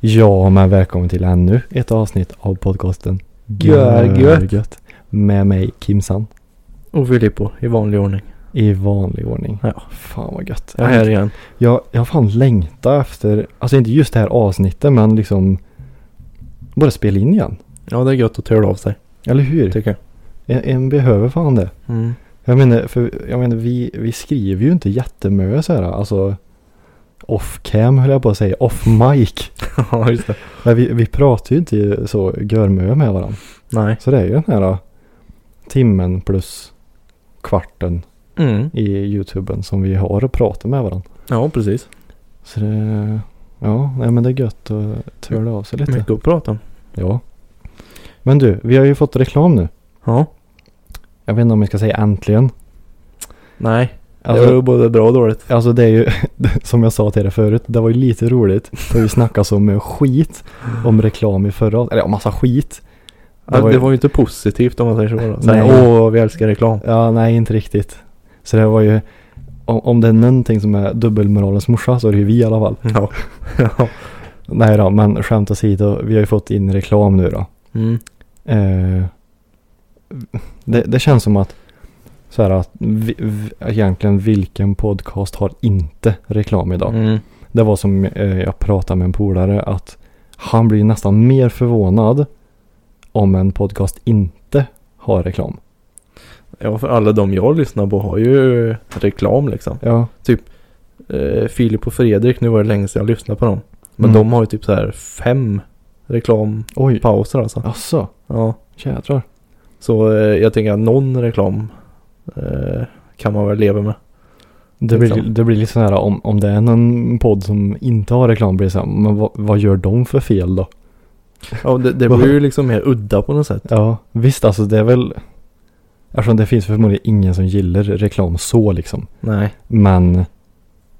Ja, men välkommen till ännu ett avsnitt av podcasten Görgött. Görgött. Med mig Kimsan Och Filippo i vanlig ordning. i vanlig ordning. Ja. Fan vad gött. Jag är här igen. Jag, jag har fan längtat efter, alltså inte just det här avsnittet men liksom bara spela in igen. Ja, det är gött att töra av sig, Eller hur? tycker jag. En, en behöver fan det. Mm. Jag menar, för, jag menar vi, vi skriver ju inte jättemycket så här. Alltså off cam höll jag på att säga. Off mic. Ja, just det. Men vi, vi pratar ju inte så görmö med varandra. Nej. Så det är ju den här äh, timmen plus kvarten Mm. i youtuben som vi har att prata med varandra. Ja, precis. Så det, ja, nej men det är gött att törla av sig lite. Mycket att prata om. Ja. Men du, vi har ju fått reklam nu. Ja. Jag vet inte om vi ska säga äntligen. Nej. det var ju Alltså, både bra och dåligt. alltså det är ju, som jag sa till dig förut, det var ju lite roligt. För vi snackade så mycket skit om reklam i förra Eller ja, massa skit. Ja, Det var, ju- ju inte positivt om man säger så. Då. Sen, Nej. åh, vi älskar reklam. Ja, nej inte riktigt. Så det var ju, om, om det är någonting som är dubbelmoralens morsa så är det ju vi i alla fall. Ja. ja. Nej då, men skämt åsido, vi har ju fått in reklam nu då. Mm. Eh, det, det känns som att, så här att vi, vi, egentligen vilken podcast har inte reklam idag? Mm. Det var som eh, jag pratade med en polare att han blir nästan mer förvånad om en podcast inte har reklam. ja, för alla de jag lyssnar på har ju reklam liksom. Ja, Eh, Filip och Fredrik, nu var det länge sedan jag lyssnade på dem. Men Mm. de har ju typ så här fem reklampauser oj. alltså. Asså, Ja. jädrar. Så eh, jag tänker att någon reklam eh, kan man väl leva med. Det blir, Liksom. det blir lite sådär om, om det är någon podd som inte har reklam blir det såhär, men vad, vad gör de för fel då? Ja, det, det blir ju liksom mer udda på något sätt. Ja, visst alltså det är väl, eftersom det finns förmodligen ingen som gillar reklam så liksom. Nej. Men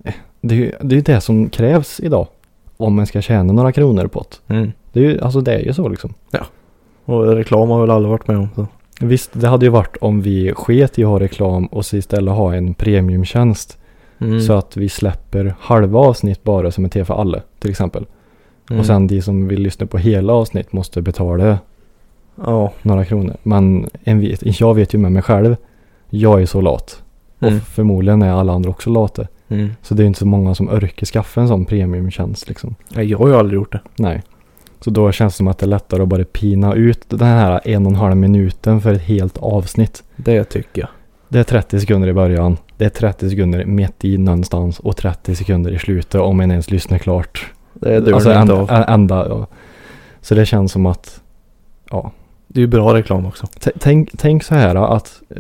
eh, det är ju det, är ju det som krävs idag om man ska tjäna några kronor på det. Det är ju, alltså det är ju så liksom. Mm. Och reklam har väl alla varit med om. Så. Visst, det hade ju varit om vi sket i att ha reklam och så istället ha en premiumtjänst Mm. så att vi släpper halva avsnitt bara som är till för alla till exempel. Mm. Och sen de som vill lyssna på hela avsnitt måste betala Ja. några kronor. Men en vet, jag vet ju med mig själv, jag är så lat. Mm. Och förmodligen är alla andra också lata. Mm. Så det är inte så många som orkar skaffa en sån premiumtjänst liksom. Nej, jag har ju aldrig gjort det. Nej. Så då känns det som att det är lättare att bara pina ut den här en och en halv minuten för ett helt avsnitt. Det tycker jag. Det är 30 sekunder i början, det är 30 sekunder mitt i någonstans och 30 sekunder i slutet om en ens lyssnar klart. Det dör alltså det inte ända, av. ända ja. Så det känns som att, ja. Det är ju bra reklam också. T- Tänk, tänk så här att eh,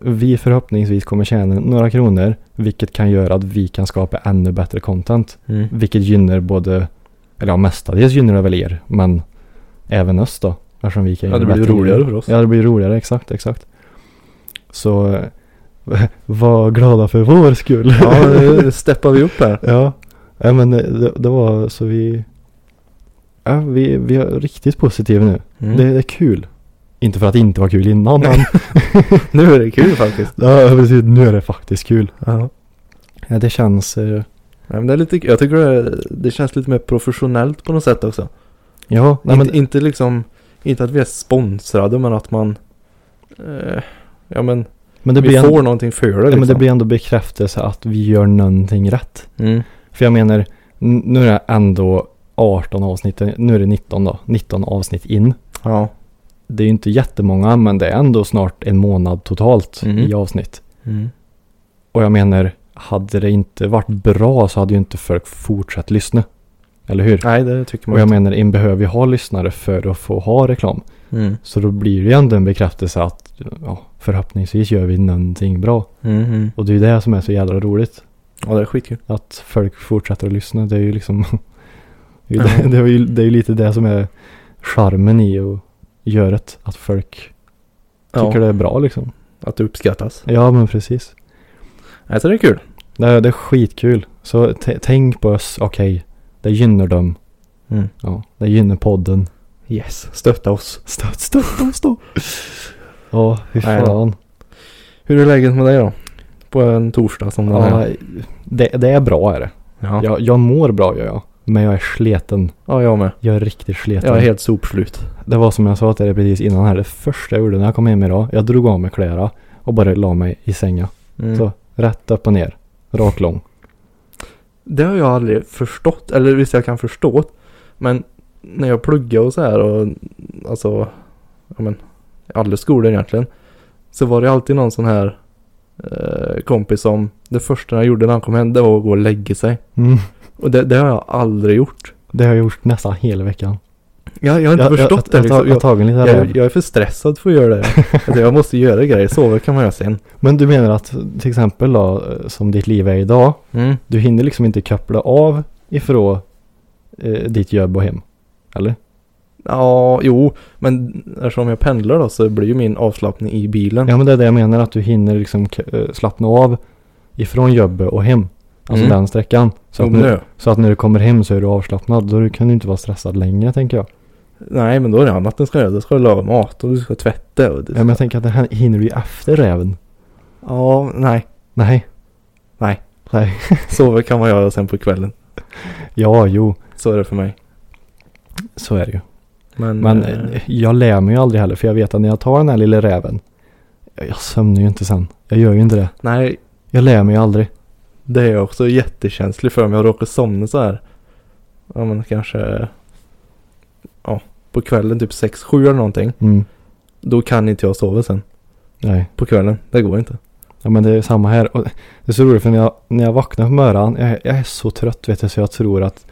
vi förhoppningsvis kommer tjäna några kronor, vilket kan göra att vi kan skapa ännu bättre content. Mm. Vilket gynnar både, eller ja mestadels gynnar det väl er, men även oss då. Eftersom vi kan Ja, göra det blir ju bättre roligare grejer. för oss. Ja, det blir roligare, exakt, exakt. Så eh, var glada för vår skull. Ja, nu steppar vi upp här. Ja, ja men det, det- det var så vi... Ja, vi, vi är riktigt positiva nu. Mm. Det, det är kul. Inte för att det inte var kul innan, men Nu är det kul faktiskt. ja, precis, nu är det faktiskt kul. Ja. Ja, det känns... eh, Nej, men det är lite, jag tycker det, det känns lite mer professionellt på något sätt också. Ja, nej, inte, men, inte liksom, inte att vi är sponsrade men att man, eh, ja men, men, det, vi blir får ändå, någonting för det ja, liksom. men det blir ändå bekräftelse att vi gör någonting rätt. mm. För jag menar, n- nu är det ändå 18 avsnitt, nu är det 19 då, 19 avsnitt in. Ja. Det är ju inte jättemånga, men det är ändå snart en månad totalt Mm. i avsnitt. Och jag menar, hade det inte varit bra så hade ju inte folk fortsatt lyssna. Eller hur? Nej, det tycker man Och jag inte. menar, en behöver ju ha lyssnare för att få ha reklam. Mm. Så då blir det ju ändå en bekräftelse att ja, förhoppningsvis gör vi någonting bra. Mm. Och det är ju det som är så jävla roligt. Ja, det är skitkul. Att folk fortsätter att lyssna. Det är ju liksom det, är ju Ja. det, det, är ju, det är ju lite det som är charmen i att göra det. Att folk tycker ja, det är bra liksom. Att det uppskattas. Ja men precis. Nej, så det är kul. Det är, det är skitkul. Så t- tänk på oss, okej. det gynnar dem. Mm. Ja, det gynnar podden. Yes, stötta oss. Stöt, stöt oss då. Ja, fy Nej då. fan. Hur är läget med dig då? På en torsdag som den Ja, här. det, det är bra är det. Ja, Jag, jag mår bra gör jag. Men jag är sleten. ja jag med. Jag är riktigt sleten. Jag är helt sopslut. Det var som jag sa till dig precis innan här. Det första jag gjorde när jag kom hem idag. Jag drog av mig kläderna och bara la mig i sängen. Mm. Så rätt upp och ner. Rak lång. Det har jag aldrig förstått. Eller visst, jag kan förstå. Men när jag pluggade och så här och alltså, ja men, i alla skolor egentligen. Så var det alltid någon sån här eh, kompis som det första han gjorde när han kom hem det var att gå och lägga sig. Mm. Och det, det har jag aldrig gjort. Det har jag gjort nästan hela veckan. Jag, jag har inte förstått det jag, jag, jag, liksom. jag, har Jag, tagit lite räv. jag, jag är för stressad för att göra det. alltså, jag måste göra grejer. Sova kan man göra sen. Men du menar att till exempel då, som ditt liv är idag. Mm. Du hinner liksom inte koppla av ifrån eh, ditt jobb och hem. Eller? Ja, jo, men eftersom jag pendlar då så blir ju min avslappning i bilen. Ja men det är det jag menar att du hinner liksom k- eh, slappna av ifrån jobbet och hem. Alltså Mm. den sträckan. Så så att, nu, så att när du kommer hem så är du avslappnad. Då kan du inte vara stressad längre tänker jag. Nej, men då är det annat den ska göra. Då ska du laga mat och du ska tvätta och du Ja, men jag tänker att det här hinner du ju efter räven. ja nej. Nej. Nej. Nej. Sova kan man göra sen på kvällen. Ja, jo. Så är det för mig. Så är det ju. Men, Men eh, eh, jag lär mig ju aldrig heller för jag vet att när jag tar den här lilla räven. Jag jag sömnar ju inte sen. Jag gör ju inte det. nej, Jag lär mig ju aldrig. det är jag också jättekänslig för. Om jag råkar somna så här. Ja, men kanske. Ja, på kvällen typ 6-7 eller någonting. Mm. Då kan inte jag sova sen. Nej. På kvällen. Det går inte. Ja men det är samma här. Och det är så roligt för när jag, när jag vaknar på morgonen, jag, jag är så trött vet du så jag tror att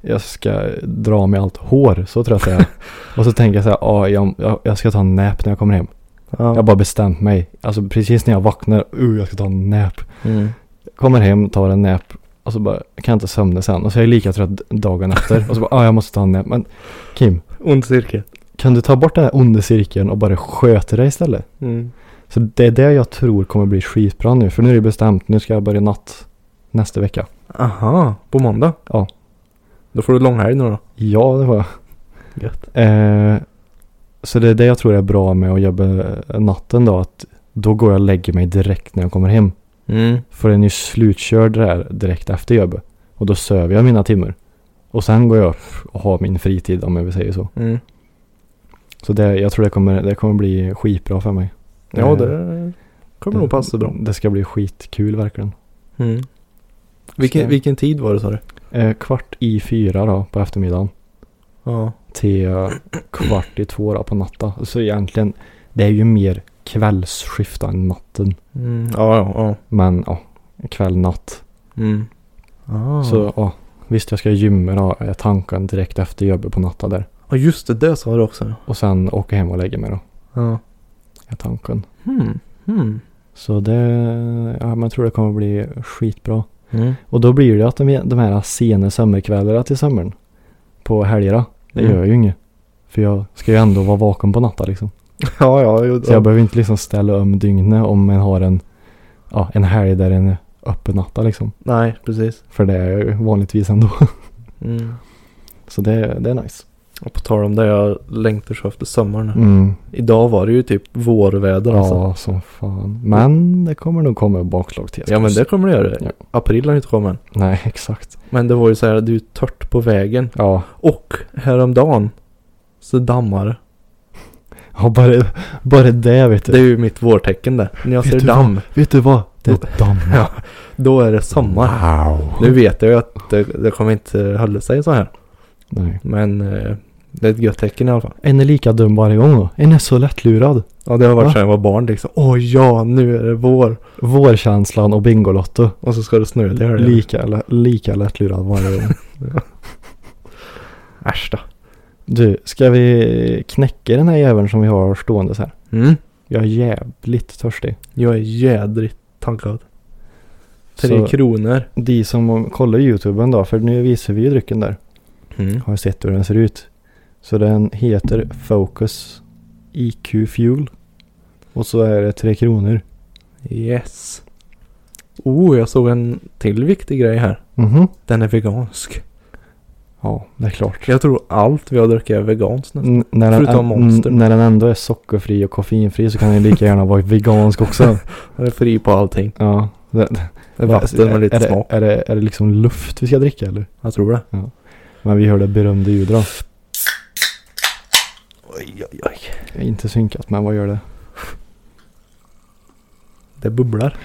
jag ska dra mig allt hår. Så trött är jag. och så tänker jag så här, ah, jag, jag, jag ska ta en nap när jag kommer hem. Jag har Ja. bara bestämt mig. Alltså precis när jag vaknar, uh, jag ska ta en nap. Mm. Kommer hem, tar en nap och så bara, jag kan inte somna sen. Och så är jag lika trött dagen efter. Och så bara, ah, jag måste ta en nap. Men Kim, Ond cirkel. kan du ta bort den här onda cirkeln och bara sköta dig istället? Mm. Så det är det jag tror kommer bli skitbra nu. För nu är det bestämt. Nu ska jag börja natt nästa vecka. Aha, på måndag? Ja. Då får du långhelg nu då. Ja, det var jag. Gött. Eh, så det är det jag tror är bra med att jobba eh, natten då. Att då går jag och lägger mig direkt när jag kommer hem. Mm. För den är ju slutkörd där direkt efter jobbet. Och då söver jag mina timmar. Och sen går jag upp och har min fritid om jag vill säga så. Mm. Så det, jag tror det kommer, det kommer bli skitbra för mig. Ja, Eh, det kommer nog passa bra. Det ska bli skitkul verkligen. Mm. Vilken, Så- vilken tid var det sa du? Eh, kvart i fyra då på eftermiddagen. Ja. till eh, kvart i två då på natten. Så egentligen, det är ju mer kvällsskift då än natten. Mm. Ja, ja, ja. Men ja, kväll, natt. Mm. Ah. Så ja, visst jag ska gymma då, är tanken direkt efter jobbet på natten där. Ja, just det. Det sa du också. Och sen åka hem och lägga mig då, Ja. är tanken. Hmm. Hmm. Så det, ja men jag tror det kommer bli skitbra. Mm. Och då blir det att de, de här sena sommarkvällarna till sommaren på helgerna, det Mm. gör jag ju inget. För jag ska ju ändå vara vaken på natten liksom. Ja, ja. Jo, Så jag behöver inte liksom ställa om dygnet om man har en, ja, en helg där en är öppen natta liksom. Nej, precis. För det är jag ju vanligtvis ändå. Mm. Så det, det är nice. Och på tal om det, jag längtar så efter sommaren. nu. Mm. Idag var det ju typ vårväder alltså. Ja, som fan. Men det kommer nog komma bakslag till. Ja, men det kommer det göra. Ja. April har inte kommit än. Nej, exakt. Men det var ju så här, det är ju torrt på vägen. Ja, Och häromdagen så dammar det. ja bara, bara det vet du. Det är ju mitt vårtecken det. När jag Vet ser du damm, Vet du vad? Det dammar. Ja. då är det sommar. Wow. Nu vet jag ju att det, det kommer inte hålla sig så här. Nej. Men eh, det är ett gött tecken i alla fall. En är lika dum varje gång då. En är så lättlurad. Ja, det har varit Va? sedan jag var barn liksom. Åh ja, nu är det vår. Vårkänslan och Bingolotto. Och så ska det snöa till helgen. Lika, lä- lika lättlurad varje gång. Äsch då. Du, ska vi knäcka den här jäveln som vi har stående så här? Mm. Jag är jävligt törstig. Jag är jädrigt taggad. Tre Så- kronor. De som kollar YouTuben då, för nu visar vi ju drycken där. Mm. Har sett hur den ser ut. Så den heter Focus IQ Fuel. Och så är det tre kronor. Yes. Oh, jag såg en till viktig grej här. Mhm. Den är vegansk. Ja, det är klart. Jag tror allt vi har druckit är veganskt nästan. N- när, den, Förutom n- Monster. när den ändå är sockerfri och koffeinfri så kan den lika gärna vara vegansk också. Den är fri på allting. Ja. Det, det, Vatten med lite är, det- smak. Är det, är det liksom luft vi ska dricka eller? Jag tror det. Men vi hör det berömda ljudet då. Oj, oj, oj. Jag är Inte synkat men vad gör det? Det bubblar.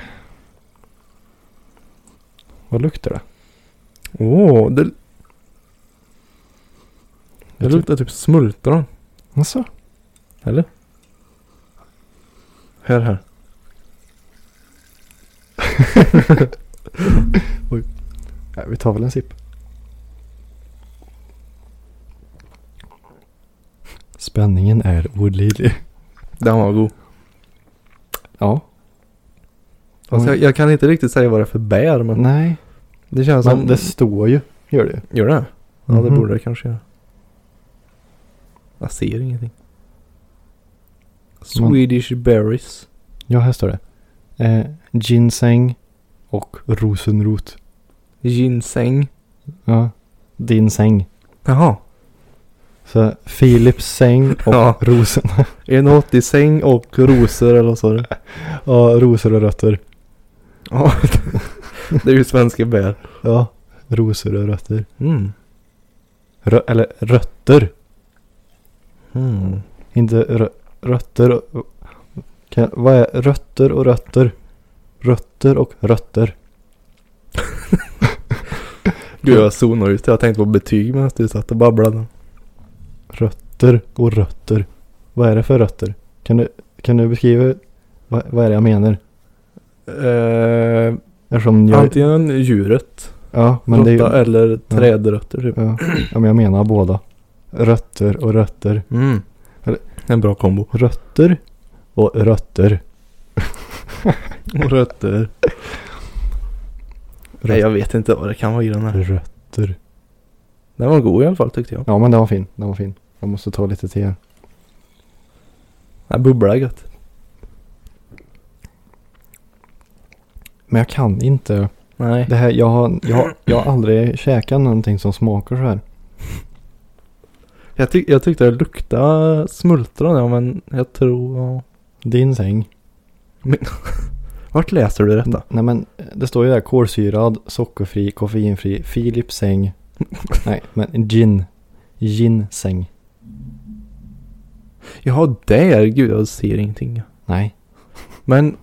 Vad luktar det? Åh, det, det Jag tror- luktar typ smultron. Jaså? Eller? Här, här. Nej, vi tar väl en sipp. Spänningen är olidlig. Den var god. Ja. Alltså, jag, jag kan inte riktigt säga vad det är för bär, men Nej. det känns Men som... det står ju. Gör det ju. Gör det? Ja, det Mhm. borde det kanske göra. Jag ser ingenting. Man- Swedish berries. Ja, här står det. Eh, ginseng och rosenrot. Ginseng. Ja. Din säng. Jaha. Så Philips säng och Ja. rosen. 1,80 säng och rosor eller vad sa du? Ja, rosor och rötter. Ja. det är ju svenska bär. Ja. Rosor och rötter. Mm. Rö- eller rötter. Mm. Inte rö- rötter och... Kan, vad är rötter och rötter? Rötter och rötter. Gud jag zonar ut. Jag tänkte på betyg medan du satt och babblade. Rötter och rötter. Vad är det för rötter? Kan du, kan du beskriva vad, vad är det jag menar? Eh, Eftersom jag, antingen djuret. ja, men det är, råtta ju- eller trädrötter typ. ja, ja, men jag menar båda. Rötter och rötter. Mm. Eller- En bra kombo. Rötter och rötter. Rötter. Nej jag vet inte vad det kan vara i den här. Rötter. Den var god i alla fall tyckte jag. Ja, men den var fin. Den var fin. Jag måste ta lite till här. Den bubblar gött. Men jag kan inte. Nej. Det här, jag, har, jag, har- jag har aldrig käkat någonting som smakar så här. Jag, tyck- jag tyckte det luktade smultron ja men jag tror... Ja. Din säng. Vart läser du detta? Nej men eh, det står ju där kolsyrad, sockerfri, koffeinfri, Philips säng. Nej men gin. Gin-säng. Jaha där, gud jag ser ingenting. Nej. Men...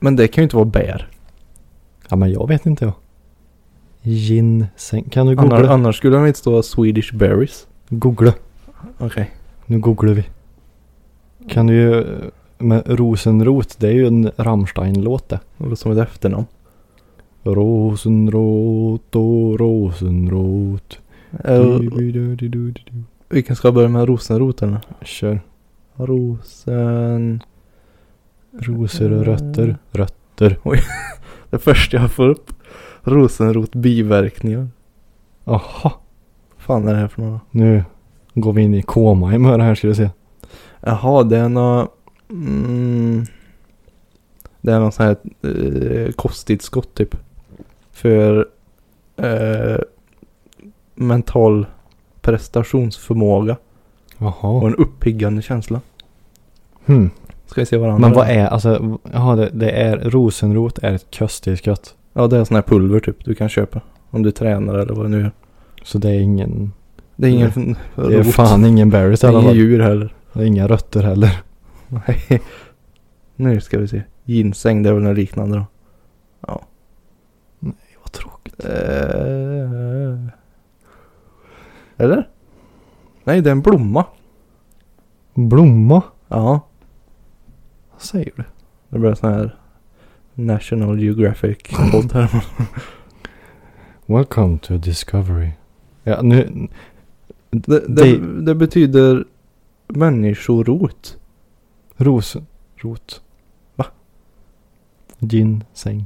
Men det kan ju inte vara bär. Ja men jag vet inte jag. Gin-säng. Kan du Annars, googla? annars skulle de inte stå Swedish berries. Googla. Okej. Nu googlar vi. Kan du ju... eh, Med Rosenrot, det är ju en Rammstein-låt det. Det låter som ett efternamn. Rosenrot och rosenrot. Eh, vilken ska jag börja med? Rosenroten? eller? Kör. Rosen... Rosor och rötter. Rötter. Det första jag får upp. Rosenrot biverkningar. Jaha. fan är det här för några? Nu går vi in i koma i med det här ska du se. Jaha, det är nå... Mm, det är någon sån här eh, kosttillskott typ. För eh, mental prestationsförmåga och Jaha. en uppiggande känsla. Hmm. Ska vi se vad det andra Men vad är, alltså, jaha det, det är rosenrot är ett kösttillskott. Ja, det är sån här pulver typ du kan köpa. Om du tränar eller vad det nu är. Så det är ingen, Det är ingen Mm. det är fan ingen berries i alla Inga fall. djur heller. Det är inga rötter heller. Nej. Nu ska vi se. Ginseng, det är väl något liknande då. Ja. Nej, vad tråkigt. Eh, Eller? Nej, det är en blomma. Blomma? Ja. Vad säger du? Det blir en sån här National Geographic-podd här. Welcome to Discovery. Ja nu, Det, det, Det- det... betyder människorot. rosenrot. Va? Gin, säng.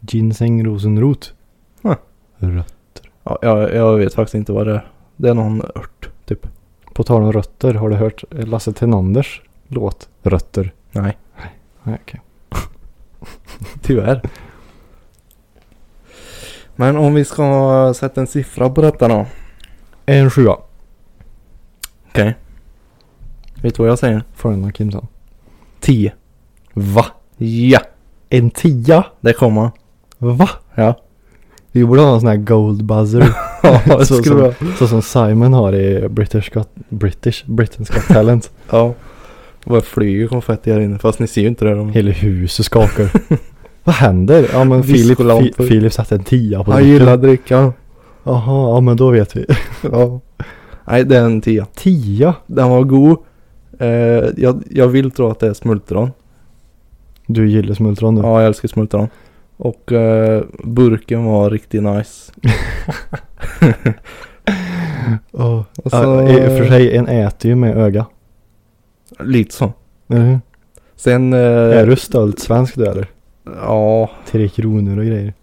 Ginseng rosenrot. Huh. Rött. Ja, jag, jag vet faktiskt inte vad det är. Det är någon ört, typ. På tal om rötter, har du hört Lasse Tenanders låt Rötter? Nej, Nej, okej. tyvärr. Men om vi ska sätta en siffra på detta då. En sjua. Okej. Vet du vad jag säger? Från Anna Kimsan. 10. Va? Ja, En tia? det kommer. Va? Ja. Vi borde ha en sån här gold buzzer. Ja, så, som, så som Simon har i British Got, British, Britain's Got Talent. Ja. Vad flyger konfetti här inne? Fast ni ser ju inte det. De... Hela huset skakar. Vad händer? Ja men Filip, Fi, Discolampor. Filip satte en tia på Han drinken. gillar drickan. Jaha, ja men då vet vi. Ja. Nej, det är en tia. Tia? Den var god. Eh, jag, jag vill tro att det är smultron. Mm. Du gillar smultron du. Ja, jag älskar smultron. Och eh, burken var riktigt nice. Ja. Och Ja, I och alltså- för sig, en äter ju med öga. Lite så. Mm. Eller Sen... Eh, hur? Är du stolt svensk du eller? Ja, Tre kronor och grejer.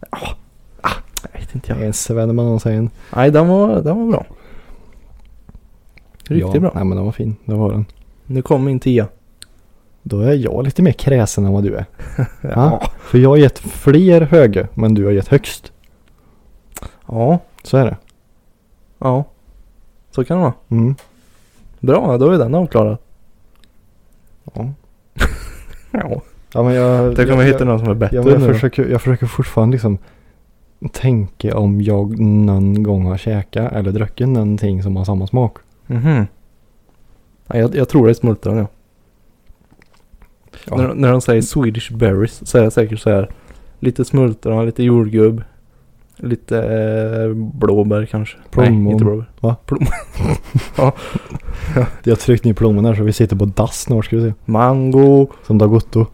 jag vet inte Ja. jag. En svenneman om man säger en. Nej, den var, den var bra. Riktigt ja. bra. Nej men den var fin, det var den. Nu kommer min tia. Då är jag lite mer kräsen än vad du är. Ja. För jag har gett fler höga, men du har gett högst. Ja. Så är det. Ja. Så kan det vara. Mm. Bra, då är den avklarad. Ja. Ja. ja men jag... Tänk om jag, jag hittar jag, någon som är bättre jag, men jag, nu då. försöker, jag försöker fortfarande liksom tänka om jag någon gång har käkat eller druckit någonting som har samma smak. Mhm. Nej, jag, jag tror det är smultron ja. Ja. När, när de säger Swedish berries så är det säkert så här. Lite smultron, lite jordgubb. Lite eh, blåbär kanske. Nej, Plommon. inte blåbär. Va? Plommon. Jag tryckte ner plommon här så vi sitter på dass snart ska vi se. Mango. Som Dagotto.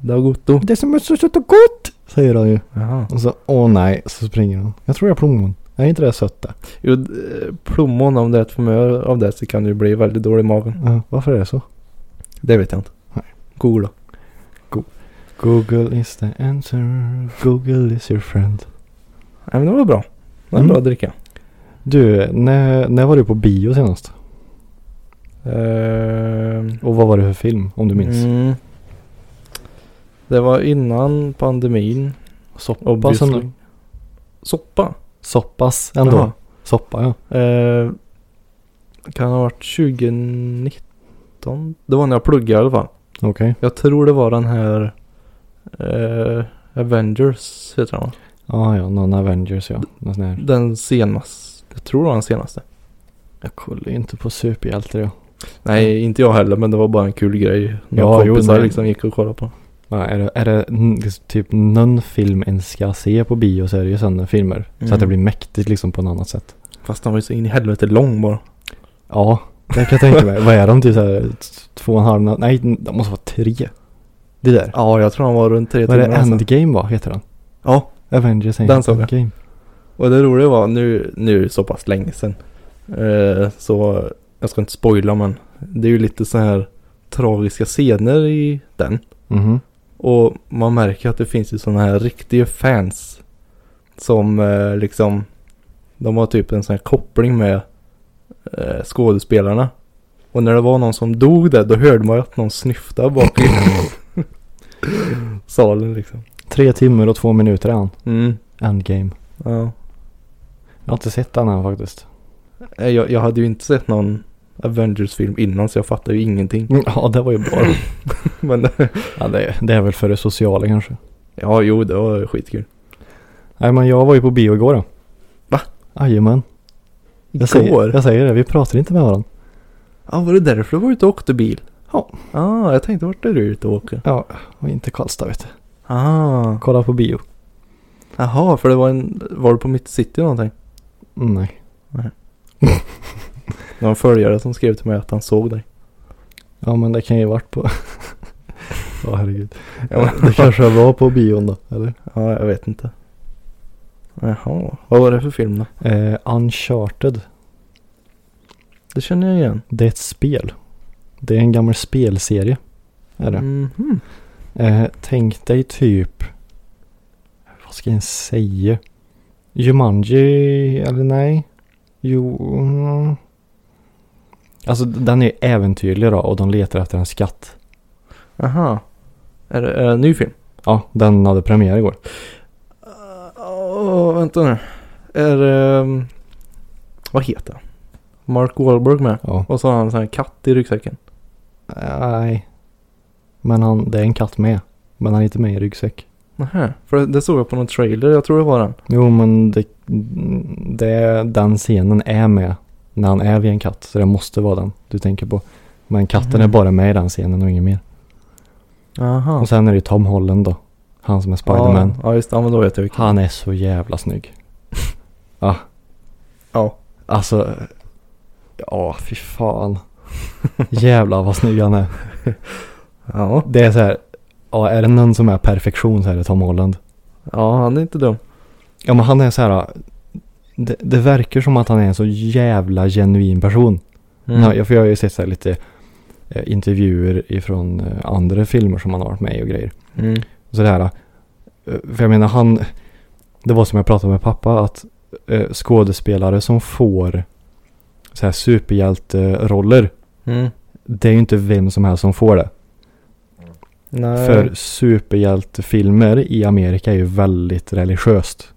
Dagotto. Det som är så sött och gott! Säger han ju. Jaha. Och så, åh nej, så springer han. Jag tror jag har plommon. Nej, inte det sött det. Jo, d- eh, plommon om det är ett för mycket av det så kan det ju bli väldigt dålig i magen. Ja, varför är det så? Det vet jag inte. Nej. Googla. Google is the answer. Google is your friend. Nej men det var bra. Det var Mm. bra att dricka. Du, när, när var du på bio senast? Ehm, Och vad var det för film, om du minns? Mm. Det var innan pandemin. Soppa Obviously. som... Soppa? Soppas ändå. Jaha. Soppa ja. Eh, kan ha varit 2019? Det var när jag pluggade i alla fall. Okej. Jag tror det var den här eh, Avengers heter den va? Ah, ja, någon Avengers ja. Någon sån här. Den senaste. Jag tror det var den senaste. Jag kollar ju inte på superhjältar jag. Nej, inte jag heller men det var bara en kul grej. Några Ja, jo, kompisar nej. liksom gick och kollade på. Ja, är det, är det n- liksom typ någon film en ska se på bio så är det ju sådana filmer. Så Mm. att det blir mäktigt liksom på något annat sätt. Fast den var ju så in i helvete lång bara. Ja, det kan jag tänka mig. vad är de? Typ såhär t- två och en halv? Nej, de måste vara tre. Det där. Ja, jag tror den var runt tre Vad är timmar. det? alltså. Endgame va? Heter den? Ja, Avengers Den såg jag. Endgame. Och det roliga var nu, nu är det så pass länge sedan. Eh, så jag ska inte spoila men det är ju lite så här tragiska scener i den. Mm-hmm. Mhm. Och man märker att det finns ju sådana här riktiga fans. Som eh, liksom, de har typ en sån här koppling med eh, skådespelarna. Och när det var någon som dog där då hörde man ju att någon snyftade bak i salen liksom. Tre timmar och två minuter är han. Mm, Endgame. ja. Jag har inte sett den än faktiskt. Nej, Eh, Jag, jag hade ju inte sett någon Avengers-film innan så jag fattar ju ingenting. Ja, det var ju bra. Men ja, det, det är väl för det sociala kanske. ja, jo, det var skitkul. Nej, men jag var ju på bio igår då. Va? Jajamän. Jag säger, jag säger det, vi pratar inte med varandra. Ja, var det därför du var ute och åkte bil? Ja. ah, jag tänkte vart är du ute och åker? Ja, och inte Karlstad vet du. Ah, Kolla på bio. jaha, för det var en, var du på Mitt City någonting? Mm, nej. Det var en följare som skrev till mig att han såg dig. Ja, men det kan ju varit på... Ja, herregud. Ja, Det kanske var på bion då, eller? ja, jag vet inte. Jaha, vad var det för film då? Eh, Uncharted. Det känner jag igen. Det är ett spel. Det är en gammal spelserie. Mm. Är det. Mhm. Eh, tänk dig typ... Vad ska jag ens säga? Jumanji, eller nej? Jo... mm. Alltså den är äventyrlig då och de letar efter en skatt. Aha. Är det är det en ny film? Ja, den hade premiär igår. Eh, Åh, vänta nu. Är det... ehm, vad heter han? Mark Wahlberg med. Ja. Och så har han en sån här katt i ryggsäcken. Nej. Men han, det är en katt med. Men han är inte med i ryggsäck. Nähä. För det, det såg jag på någon trailer. Jag tror det var den. Jo, men det, det, den scenen är med när han är vid en katt. Så det måste vara den du tänker på. Men katten Mhm. är bara med i den scenen och inget mer. Aha. Och sen är det ju Tom Holland då. Han som är Spiderman. Ja, ja just det. Ja, men då vet jag vilken. Han är så jävla snygg. ja. Ja. Alltså. Ja, fy fan. Jävlar vad snygg han är. Ja. Det är så här. Ja, är det någon som är perfektion så är det Tom Holland. Ja, han är inte dum. Ja men han är så här. Det, det verkar som att han är en så jävla genuin person. Mm. Ja, jag- för jag har ju sett så här lite eh, intervjuer ifrån eh, andra filmer som han har varit med i och grejer. Mm. Så det här, eh, för jag menar han, det var som jag pratade med pappa att eh, skådespelare som får så här superhjälteroller, Mm. det är ju inte vem som helst som får det. Nej. För superhjältefilmer i Amerika är ju väldigt religiöst.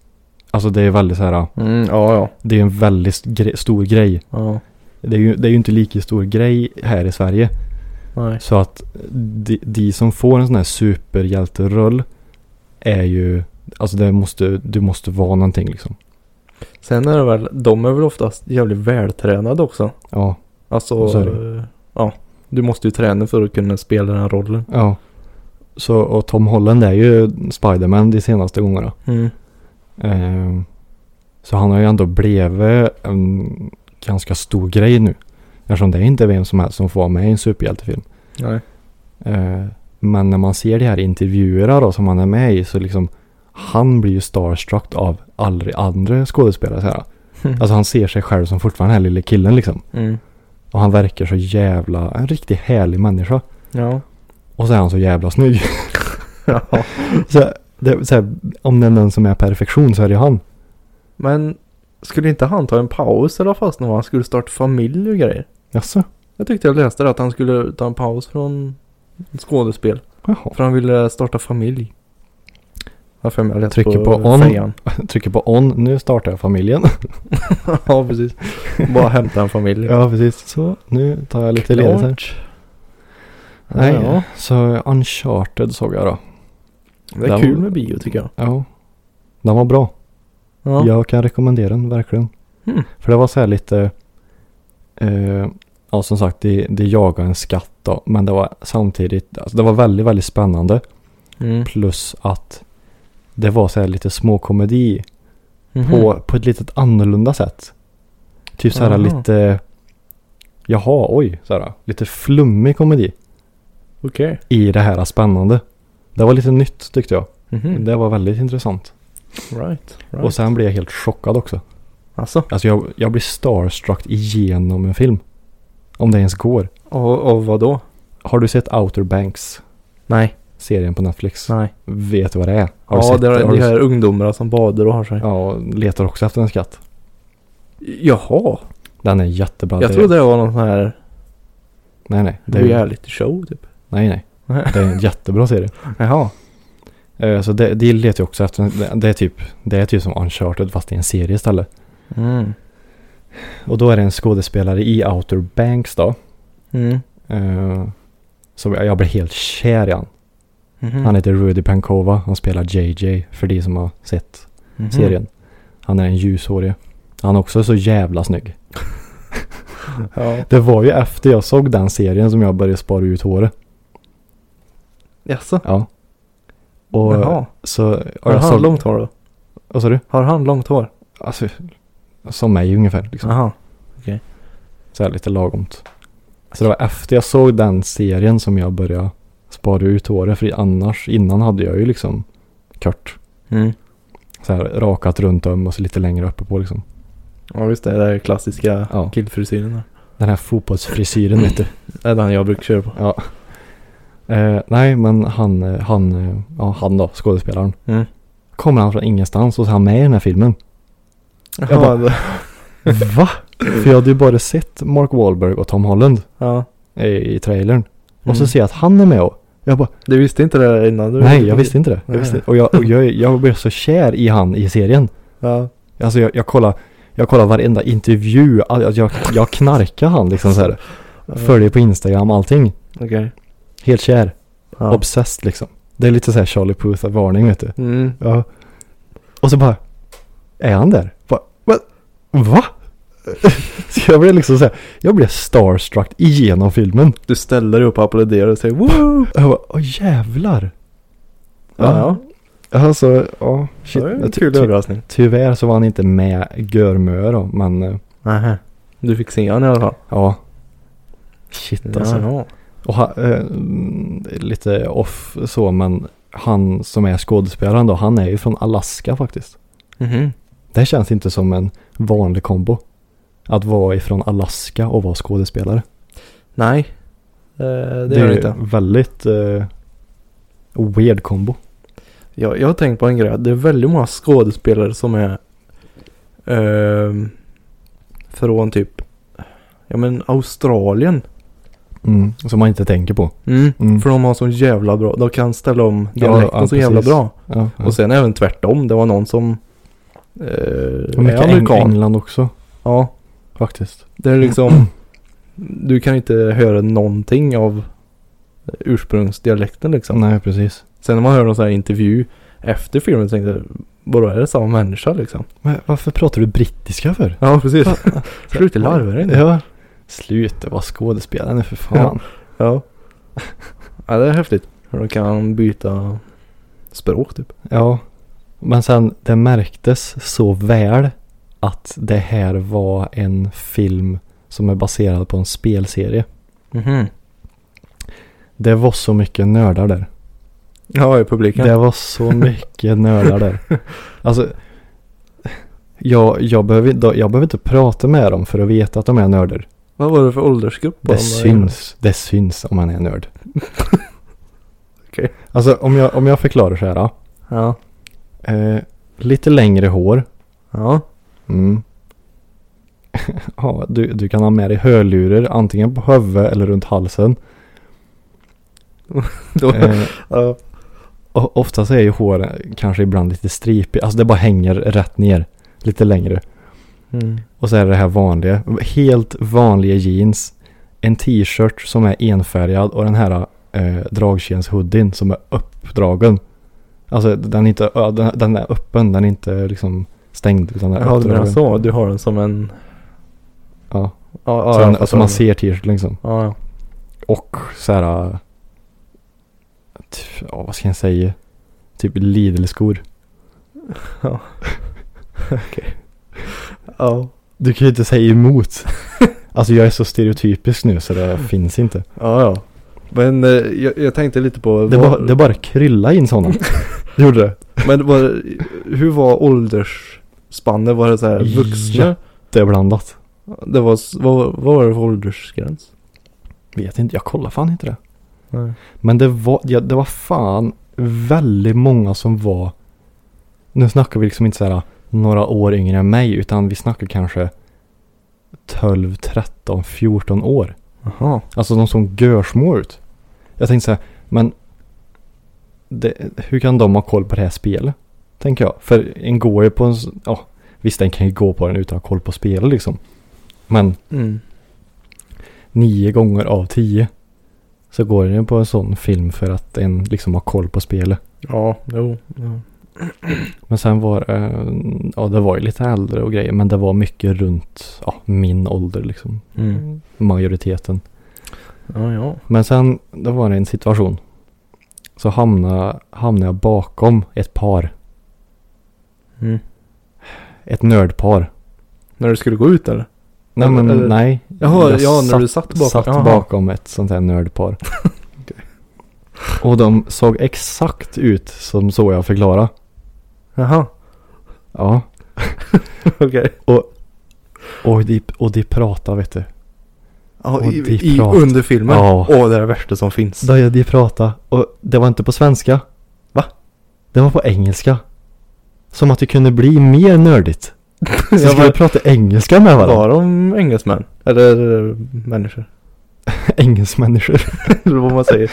Alltså det är väldigt så här, Mm, ja, ja. det är en väldigt gre- stor grej. Ja. Det är, ju, det är ju inte lika stor grej här i Sverige. Nej. Så att de, de som får en sån här superhjälteroll är ju, alltså det måste, du måste vara någonting liksom. Sen är det väl, de är väl oftast jävligt vältränade också. Ja, Alltså, Så är eh, ja. Du måste ju träna för att kunna spela den rollen. ja. Så, och Tom Holland är ju Spiderman de senaste gångerna. Mm. Ehm, så han har ju ändå blivit en ganska stor grej nu. Eftersom det är inte vem som helst som får vara med i en superhjältefilm. Nej. Eh, Men när man ser de här intervjuerna då som han är med i så liksom han blir ju starstruck av alla andra skådespelare så här. Alltså han ser sig själv som fortfarande den här lille killen liksom. Mm. Och han verkar så jävla, en riktigt härlig människa. Ja. Och så är han så jävla snygg. ja. så, det, så här, om det är någon som är perfektion så är det ju han. Men skulle inte han ta en paus eller vad fast när han skulle starta familj och grejer? Jaså? Jag tyckte jag läste det att han skulle ta en paus från skådespel. Jaha. För han ville starta familj. Varför jag läste Trycker på on. fejan. Trycker på on, nu startar jag familjen. ja, precis. Bara hämta en familj. ja precis. Så, nu tar jag lite ledigt här. Klart. Nej, Ja, så Uncharted såg jag då. det är Den- kul med bio tycker jag. Ja. Den var bra. Ja. Jag kan rekommendera den verkligen. Mm. För det var så här lite... Eh, ja som sagt, det, det jagar en skatt då. Men det var samtidigt... Alltså det var väldigt, väldigt spännande. Mm. Plus att det var så här lite småkomedi Mhm. på, på ett litet annorlunda sätt. Typ så här Aha. lite... Jaha, oj. Så här, lite flummig komedi Okej. i det här spännande. Det var lite nytt tyckte jag. Mhm. Det var väldigt intressant. Right. right. Och sen blev jag helt chockad också. Alltså. Alltså jag, jag blir starstruck igenom en film. Om det ens går. Och, och vad då? Har du sett Outer Banks? Nej. Serien på Netflix. Nej. Vet du vad det är? Har du Ja, sett det är Har de du- här ungdomarna som badar och har sig. Ja, letar också efter en skatt. Jaha. Den är jättebra. Jag Det- trodde det var någon sån här Nej, nej. Det är, reality show typ. Nej, nej. Nej. Det är en jättebra serie. Jaha. Eh, Så det, det letar jag också efter. Det- Det är, typ, det är typ som Uncharted fast i en serie istället. Mm. Och då är det en skådespelare i Outer Banks då. Mm. eh, Som jag, jag blir helt kär i han. Mhm. Han heter Rudy Pankova. Han spelar JJ för de som har sett Mhm. serien. Han är en ljushårig. Han är också så jävla snygg. Ja. Det var ju efter jag såg den serien som jag började spara ut håret. Jaså? Ja. Och Jaha. så... Och Har jag han såg, långt hår då? Vad sa du? Har han långt hår? Alltså, som mig ungefär. Liksom. Jaha. Så här lite lagomt. Så det var efter jag såg den serien som jag började spara ut håret. För annars, innan hade jag ju liksom kört. Mm. Så här rakat runt om och så lite längre uppe på liksom. Ja just det, det där klassiska Ja. killfrisyren där. Den här fotbollsfrisyren vet du. Det är den jag brukar köra på. Ja. Eh, nej, men han, eh, han, eh, ja, han då, skådespelaren. Mm. kommer han från ingenstans och så är han med i den här filmen. Ja, bara- det- Va? För jag hade ju bara sett Mark Wahlberg och Tom Holland ja. i, i trailern. Och så Mm. ser jag att han är med och jag bara, Du visste inte det där innan? Du nej jag visste inte det. Jag Nej. visste, och jag, och jag, jag blev så kär i han i serien. Ja. Alltså jag, jag kollar, jag kollar varenda intervju, all- alltså, jag, jag knarkar han liksom så här. Ja. Följer på Instagram, allting. Okej. Helt kär, Ja. obsessed liksom. Det är lite så här Charlie Puth-varning vet du. Mm. Ja. Och så bara, är han där? Bara, men, va? så jag blev liksom så här, jag blev starstruck igenom filmen. Du ställer dig upp och applåderar och säger woo! Jag bara, åh jävlar. Ja, Alltså, ja. ja. Shit. Det är en Jag ty- typ- kul ty- överraskning. Tyvärr så var han inte med Görmö då, men eh, Nähä. Du fick se honom i alla fall. ja. Shit alltså. Ja, Och ha, eh, mm, lite off så, men han som är skådespelaren då, han är ju från Alaska faktiskt. ja. Mhm. Det känns inte som en vanlig kombo. Att vara ifrån Alaska och vara skådespelare. Nej. Eh, det, gör det inte. väldigt eh, weird kombo. Jag, jag har tänkt på en grej. Det är väldigt många skådespelare som är ehm, från typ ja men Australien. Mm. Som man inte tänker på. Mm. För de har så jävla bra. De kan ställa om Ja, dialekten ja, så jävla precis. bra. Ja, ja. Och sen även tvärtom. Det var någon som eh, Och mycket är Eng- amerikan. England också Ja. faktiskt. Det är liksom, du kan inte höra någonting av ursprungsdialekten liksom. Nej, precis. Sen när man hör någon sån här intervju efter filmen så tänkte jag, vadå är det samma människa liksom? Men varför pratar du brittiska för? Ja precis. Sluta larva dig nu. Ja. Sluta vara skådespelare nu för fan. Ja. ja, det är häftigt. Hur de kan byta språk typ. Ja, men sen det märktes så väl att det här var en film som är baserad på en spelserie. Mhm. Det var så mycket nördar där. Ja, i publiken. Det var så mycket nördar där. Alltså, jag, jag, behöver, inte- jag behöver inte prata med dem för att veta att de är nördar. Vad var det för åldersgrupp? på Det de där? syns, det syns om man är nörd. Okej. Alltså om jag, om jag förklarar så här. då. Ja. Eh, lite längre hår. Ja. Mm. ja, du, du kan ha med dig hörlurar antingen på huvudet eller runt halsen. Då, Eh, ja. och oftast är ju hår kanske ibland lite stripigt. Alltså det bara hänger rätt ner. Lite längre. Mm. Och så är det det här vanliga. Helt vanliga jeans. En t-shirt som är enfärgad och den här eh, dragkedjenshoodien som är uppdragen. Alltså den är, inte, ja, den, den är öppen, den är inte liksom stängd. Utan den är Ja, du menar uppdragen. så. Du har den som en... Ja. Ja, Så jag den, fattar alltså man vad du ser t-shirt liksom. menar. Ja, ja. Och så här. eh, typ, Ja, vad ska jag säga? Typ Lidl-skor. Ja. Du kan ju inte säga emot. alltså jag är så stereotypisk nu så det finns inte. Ja, ja. Men eh, jag, jag tänkte lite på... Det, vad- bara, det bara krylla in sådana. det gjorde det. Men var, hur var åldersspannet? Var det så här vuxna? Jätteblandat. Det var, s- vad, vad var det för åldersgräns? Vet inte, jag kollar fan inte det. Nej. Men det var, ja, det var fan väldigt många som var. Nu snackar vi liksom inte så här några år yngre än mig utan vi snackar kanske 12, 13, 14 år. Jaha. Alltså de såg görsmå ut. Jag tänkte så här, men det, hur kan de ha koll på det här spelet? Tänker jag. För en går ju på en, s- ja visst den kan ju gå på den utan att ha koll på spelet liksom. Men Mm. nio gånger av tio så går den ju på en sån film för att en liksom har koll på spelet. Ja, jo. Ja. Men sen var eh, ja det var ju lite äldre och grejer men det var mycket runt ja, min ålder liksom. Mm. Majoriteten. Ja, ja. Men sen, då var det en situation. Så hamnade, hamnade jag bakom ett par. Mm. Ett nördpar. När du skulle gå ut eller? Nej Eller- men eller- nej. Jaha, jag ja, när satt, du satt bakom. satt Jaha. bakom ett sånt här nördpar. Och de såg exakt ut som så jag förklarade. Jaha, Ja. okej. Och de, och de pratade vet du. Ja, Och i, det i prat. under filmen? Ja. Åh, det är det värsta som finns. De, de pratade och det var inte på svenska. Va? Det var på engelska. Som att det kunde bli mer nördigt. Så Jag skulle var- vi prata engelska med varandra. Var de engelsmän? Eller eh, människor? Engelsmänniskor. Eller vad man säger.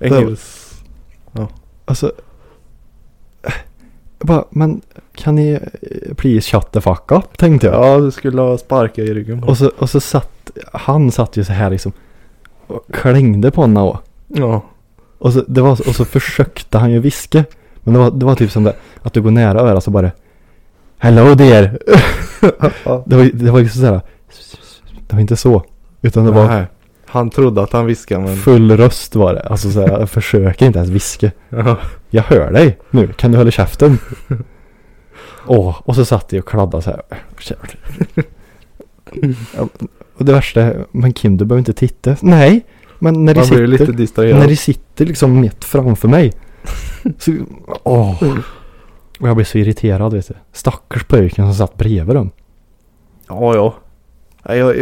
Engels... Alltså. eh, jag Bara, men kan ni eh, please shut the fuck up tänkte jag. Ja, du skulle ha sparkat i ryggen på Och så, och så satt, han satt ju så här liksom. Och klängde på henne och. Ja. Och så, det var, och så försökte han ju viska. Men det var, det var typ som det, att du går nära örat så bara. Hello there. Ja. Det var, det var liksom så här. Det var inte så. Utan det var Nej. Han trodde att han viskade men... full röst var det. Alltså så här, jag försöker inte ens viska. Ja. Jag hör dig nu, kan du hålla käften? Åh, och så satt jag och kladdade så här. Ja, Och det värsta, men Kim du behöver inte titta. Nej, men när de Man blir sitter, ju lite när distraherad. de sitter liksom mitt framför mig. Så, åh. Och jag blev så irriterad vet du. Stackars pojken som satt bredvid dem. Ja, ja. Nej, jag,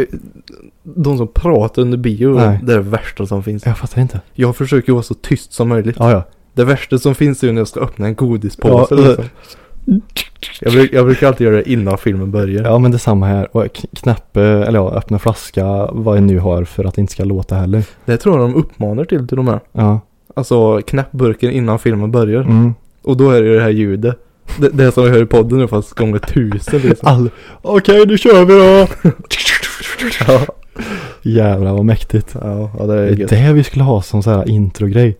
de som pratar under bio, Nej. det är det värsta som finns. Jag fattar inte. Jag försöker vara så tyst som möjligt. Ja, ja. Det värsta som finns är ju när jag ska öppna en godispåse Ja, eh. liksom. jag, bruk, jag brukar alltid göra det innan filmen börjar. Ja men detsamma här. Och kn- knäppe, eller ja, öppna flaska, vad jag nu har för att det inte ska låta heller. Det tror jag de uppmanar till till de här. Ja. Alltså knäppburken innan filmen börjar. Mm. Och då är det ju det här ljudet. Det, det som vi hör i podden nu fast gånger tusen liksom. All... Okej, nu kör vi då! Ja, Jävlar vad mäktigt. ja, ja det Det är är gött. det vi skulle ha som så här introgrej.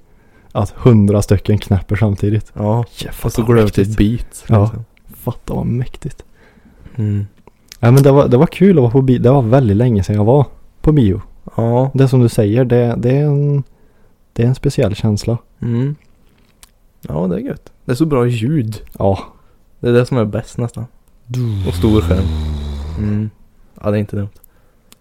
Att hundra stycken knäpper samtidigt. Ja, Ja, och fatta så vad går det över till ett mäktigt. beat. Ja. liksom. Fatta vad mäktigt. Mm. Nej men det var, det var kul att vara på bio. Det var väldigt länge sedan jag var på bio. Ja. Det som du säger, det, det, är, en, det är en speciell känsla. Mm. Ja, det är gött. Det är så bra ljud. Ja. Det är det som är bäst nästan. Och stor skärm. Mm. Ja, det är inte dumt.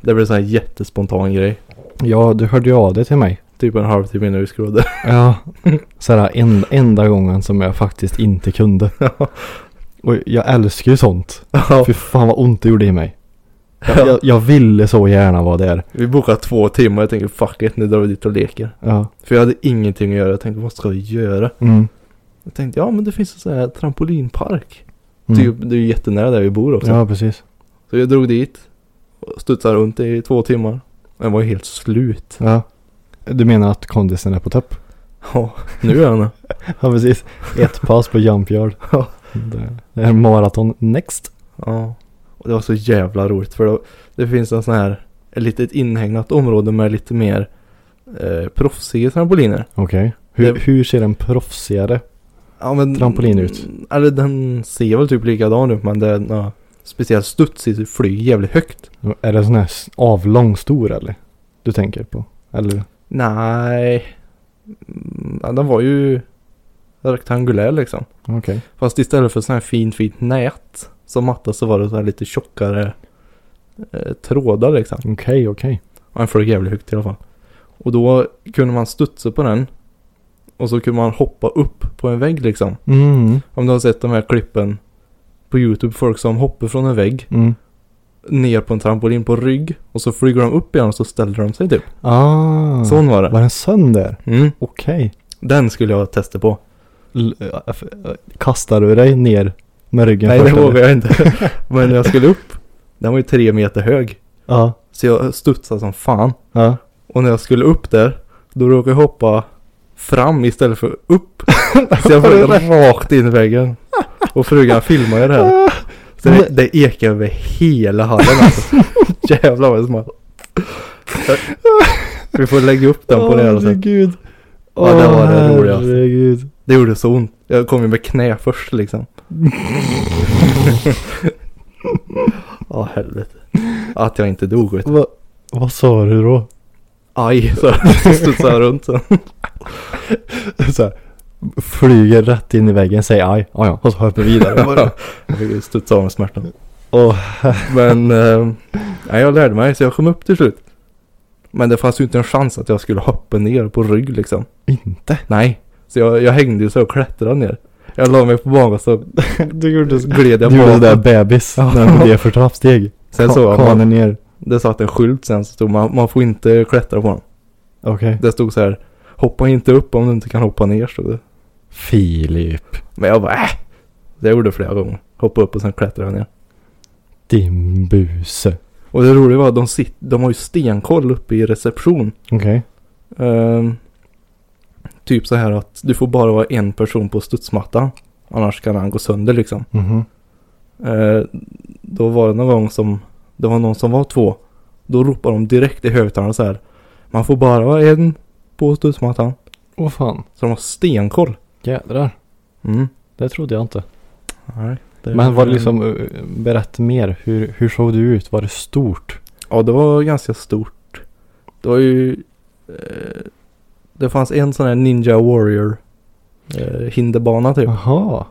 Det blev en sån här jättespontan grej. Ja, du hörde ju av dig till mig. Typ en halvtimme innan vi skulle vara där. Ja, sådär en, enda gången som jag faktiskt inte kunde. Och jag älskar ju sånt. Ja. Fy fan vad ont det gjorde i mig. Jag, jag, jag ville så gärna vara där. Vi bokade två timmar. Jag tänkte fuck it, nu drar vi dit och leker. Ja. För jag hade ingenting att göra. Jag tänkte vad ska vi göra? Mm. Jag tänkte ja men det finns en sån här trampolinpark. Mm. Typ, det är ju jättenära där vi bor också. Ja, precis. Så jag drog dit. och Studsade runt i två timmar. Jag var ju helt slut. Ja. Du menar att kondisen är på topp? Ja, nu är han det. Ja, precis. Ett pass på jump yard. Ja. Det, det är maraton next. Ja. Och det var så jävla roligt för det, det finns en sån här ett litet inhägnat område med lite mer eh, proffsiga trampoliner. Okej. Hur, Det- hur ser en proffsigare? Ja, men, Trampolin ut. Eller den ser väl typ likadan ut men det är ja, speciellt studsig så flyger jävligt högt. Är det sån här s- avlång stor eller? Du tänker på? Eller? Nej. Mm, Ja, den var ju rektangulär liksom. Okej. Fast istället för sån här fint fint nät som matta så var det så här lite tjockare eh, trådar liksom. Okej, okej. Ja, den flög jävligt högt i alla fall. Och då kunde man studsa på den. Och så kunde man hoppa upp på en vägg liksom. Mm. Om du har sett de här klippen på YouTube. Folk som hoppar från en vägg. Mm. ner på en trampolin på rygg och så flyger de upp igen och så ställer de sig typ. Ah. Sån var Var det. den sönder? Mm. Okej. Den skulle jag testa på. L- äh, f- äh, Kastar du dig ner med ryggen Nej, först? det vågar jag inte. Men jag skulle upp. Den var ju tre meter hög. Ja. Så jag studsade som fan. Ja. Och när jag skulle upp där, då råkade jag hoppa fram istället för upp. Så jag flög rakt in i väggen. Och frugan filmade ju det här. Så det, det ekade över hela hallen alltså. Jävlar vad det small. Vi får lägga upp den på det här sen. Herregud. Ja, det var det Åh, roligaste. Herregud. Det gjorde så ont. Jag kom ju med knä först liksom. Ja helvete. Att jag inte dog vet du. Va, vad sa du då? Aj så så studsade jag runt sen. så här, flyger rätt in i väggen, säger aj, ja, ja, och så hoppar vi vidare. Bara, Jag fick ju studsa av med smärtan. Åh, Men eh, nej, jag lärde mig så jag kom upp till slut. Men det fanns ju inte en chans att jag skulle hoppa ner på rygg liksom. inte? Nej. Så jag, jag hängde ju så och klättrade ner. Jag la mig på banan och så Du gjorde så gled jag Du gjorde det där på. bebis när han blev för trappsteg. Sen såg jag att Kanen man, ner. det satt en skylt sen så stod man, man får inte klättra på den. Okej. Det stod så här. Hoppa inte upp om du inte kan hoppa ner stod det. Filip, Men jag bara äh. Det gjorde jag flera gånger. Hoppa upp och sen klättrade jag ner. din buse. Och det roliga var att de, sit, de har ju stenkoll uppe i reception. Okej. Ehm, typ så här att du får bara vara en person på studsmattan. Annars kan han gå sönder liksom. Mhm. Ehm, då var det någon gång som det var någon som var två. Då ropade de direkt i högtalarna så här. Man får bara vara en på studsmattan. Åh fan. Så de har stenkoll. Jädrar. Mm. Det trodde jag inte. Nej, det- Men var det liksom, eh, berätta mer. Hur, hur såg du ut? Var det stort? Ja, det var ganska stort. Det var ju... Eh, det fanns en sån här Ninja Warrior eh, hinderbana typ. Jaha.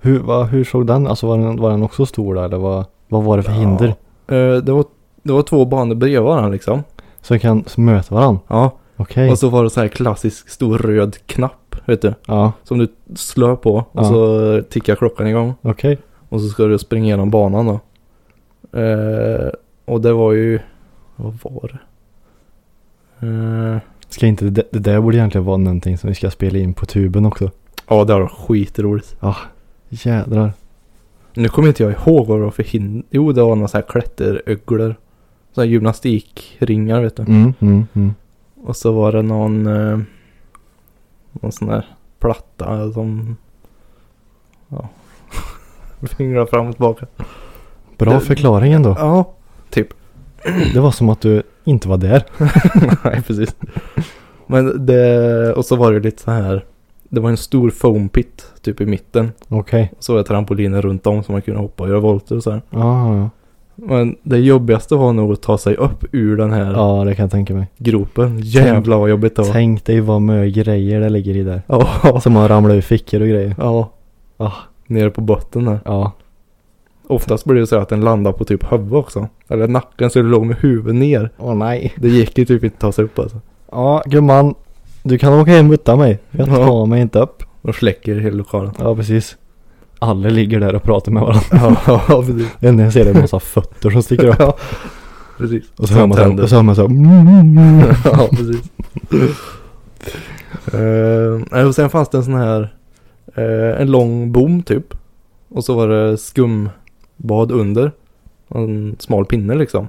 Hur, va, hur såg den? Alltså var den, var den också stor där? Eller vad, vad var det för hinder? Eh, det, var, det var två banor bredvid varandra liksom. Som kan möta varandra? Ja, Okej. och så var det så här klassisk stor röd knapp, vet du. Ja, Som du slår på och Ja. så tickar klockan igång. okej. Och så ska du springa igenom banan då. Eh, och det var ju... Vad var det? Eh, Ska inte, det, det där borde egentligen vara någonting som vi ska spela in på tuben också. ja, det var skitroligt. Jädrar. Nu kommer inte jag ihåg vad det var för hinder. Jo, det var några så här klätteröglor. Sådana här gymnastikringar vet du. Mm, mm, mm. Och så var det någon... Eh, någon sån här platta som... Ja. Fingrar fram och tillbaka. Bra Det- förklaring ändå. Ja. Typ. Det var som att du inte var där. Nej, precis. Men det... Och så var det lite så här... Det var en stor foam pit typ i mitten. Okej. Så var det trampoliner runt om som man kunde hoppa och göra volter och så här. Ja, ja. Men det jobbigaste var nog att ta sig upp ur den här ja, det kan jag tänka mig. gropen. Jävlar vad jobbigt det var. Tänk dig vad mycket grejer det ligger i där. Ja, Som har ramlat ur fickor och grejer. ja. Ah. Nere på botten där. Ja. Oftast blir det så att den landar på typ huvudet också. Eller nacken så det låg med huvudet ner. Åh nej. Det gick ju typ inte att ta sig upp alltså. Ja, gumman. Du kan åka hem utan mig. Jag Ja. tar mig inte upp. De släcker hela lokalen. Ja, precis. Alla ligger där och pratar med varandra. ja, precis. Det enda jag ser är en massa fötter som sticker upp. Ja, precis. Och så hör man så här- Tänder. och så hör man så här. ja, precis. Eh, nej, och sen fanns det en sån här, eh, en lång bom typ. Och så var det skumbad under. Och En smal pinne liksom.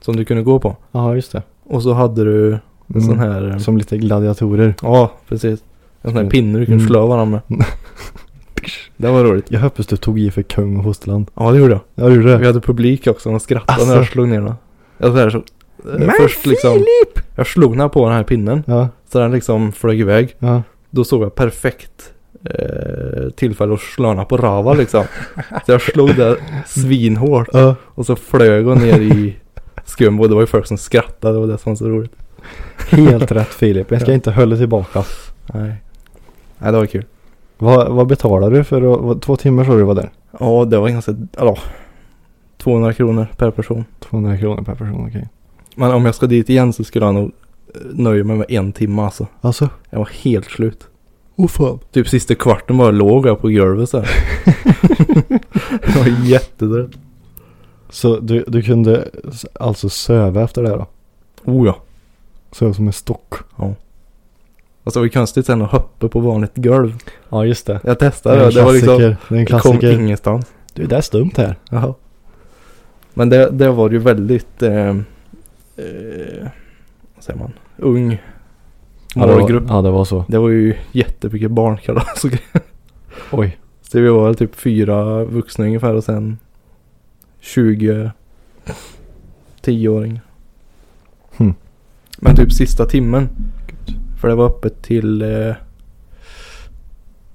Som du kunde gå på. Ja, just det. Och så hade du en Mm. sån här... eh, Som lite gladiatorer. Ja, precis. En sån här pinne du kunde Mm. slå varandra med. Det var roligt. Jag hoppas du tog i för kung och fosterland. Ja, det gjorde jag. Ja, du Vi det? hade publik också, de skrattade när jag Alltså. slog ner den. Jag så här, så, eh, först liksom, jag slog den här på den här pinnen, Ja, så den liksom flög iväg. ja. Då såg jag perfekt eh, tillfälle att slå den här på Rava liksom. Så jag slog där svinhårt Ja, och så flög hon ner i skum och det var ju folk som skrattade och det som var så roligt. helt rätt Filip. Jag ska Ja. inte hålla tillbaka. Nej. Nej, det var kul. Vad, vad betalar du för att, vad, två timmar sa du var där? Ja, det var ganska, ja, 200 kronor per person. 200 kronor per person, okej. Men om jag ska dit igen så skulle jag nog eh, nöja mig med en timme alltså. Alltså? Jag var helt slut. Åh fan. Typ sista kvarten bara låg jag på golvet så här. Jag var jättetrött. Så du, du kunde s- alltså söva efter det här då? Oh ja. Söva som en stock? Alltså det var ju konstigt sen att hoppa på vanligt golv. Ja, just det. Jag Det är testade en och det var liksom, klassiker. Det är en det kom klassiker. ingenstans. Du, det är stumt här. Jaha. Men det, det var ju väldigt, eh, eh, vad säger man, ung Ja, det var- målgrupp. Ja, det var så. Det var ju jättemycket barnkalas och grejer. Oj. Så vi var väl typ fyra vuxna ungefär och sen 20 tioåringar. Hmm. Men typ sista timmen. För det var öppet till eh,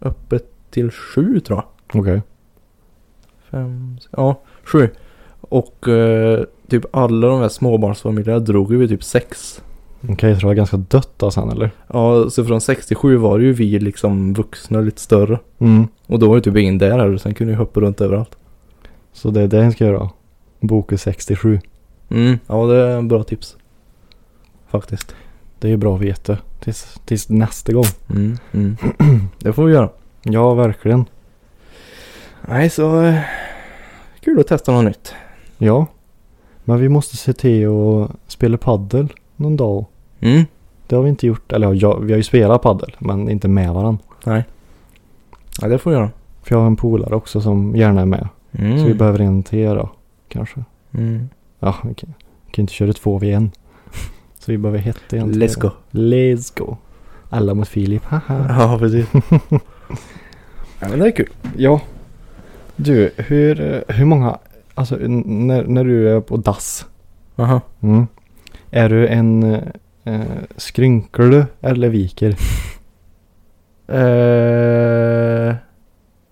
öppet till sju tror jag. Okej. Fem, sex, ja, sju. Och eh, typ alla de här småbarnsfamiljerna drog ju vid typ sex. Okej, så det var ganska dött då sen eller? Ja, så från sex till sju var det ju vi liksom vuxna lite större. Mm. Och då var det typ ingen där och sen kunde vi hoppa runt överallt. Så det är det jag ska göra. Boke 67. Mm, ja det är en bra tips. Faktiskt. Det är ju bra att veta. Tills, tills nästa gång. Mm, mm. Det får vi göra. Ja, verkligen. Nej, så eh, kul att testa något nytt. Ja. Men vi måste se till att spela paddel någon dag. Mm. Det har vi inte gjort. Eller ja, jag, vi har ju spelat paddel men inte med varandra. Ja, det får vi göra. För jag har en polare också som gärna är med. Mm. Så vi behöver en till då, kanske. mm. Ja, vi kan, vi kan inte köra två vid en. Så vi behöver hetta en till Let's då. go. Let's go. Alla mot Filip, haha. Ja, precis. ja, men det är kul. Ja. Du, hur, eh, hur många, alltså n- när, när du är på dass, Aha. mm, är du en eh, eh, skrynkel eller viker? Eh,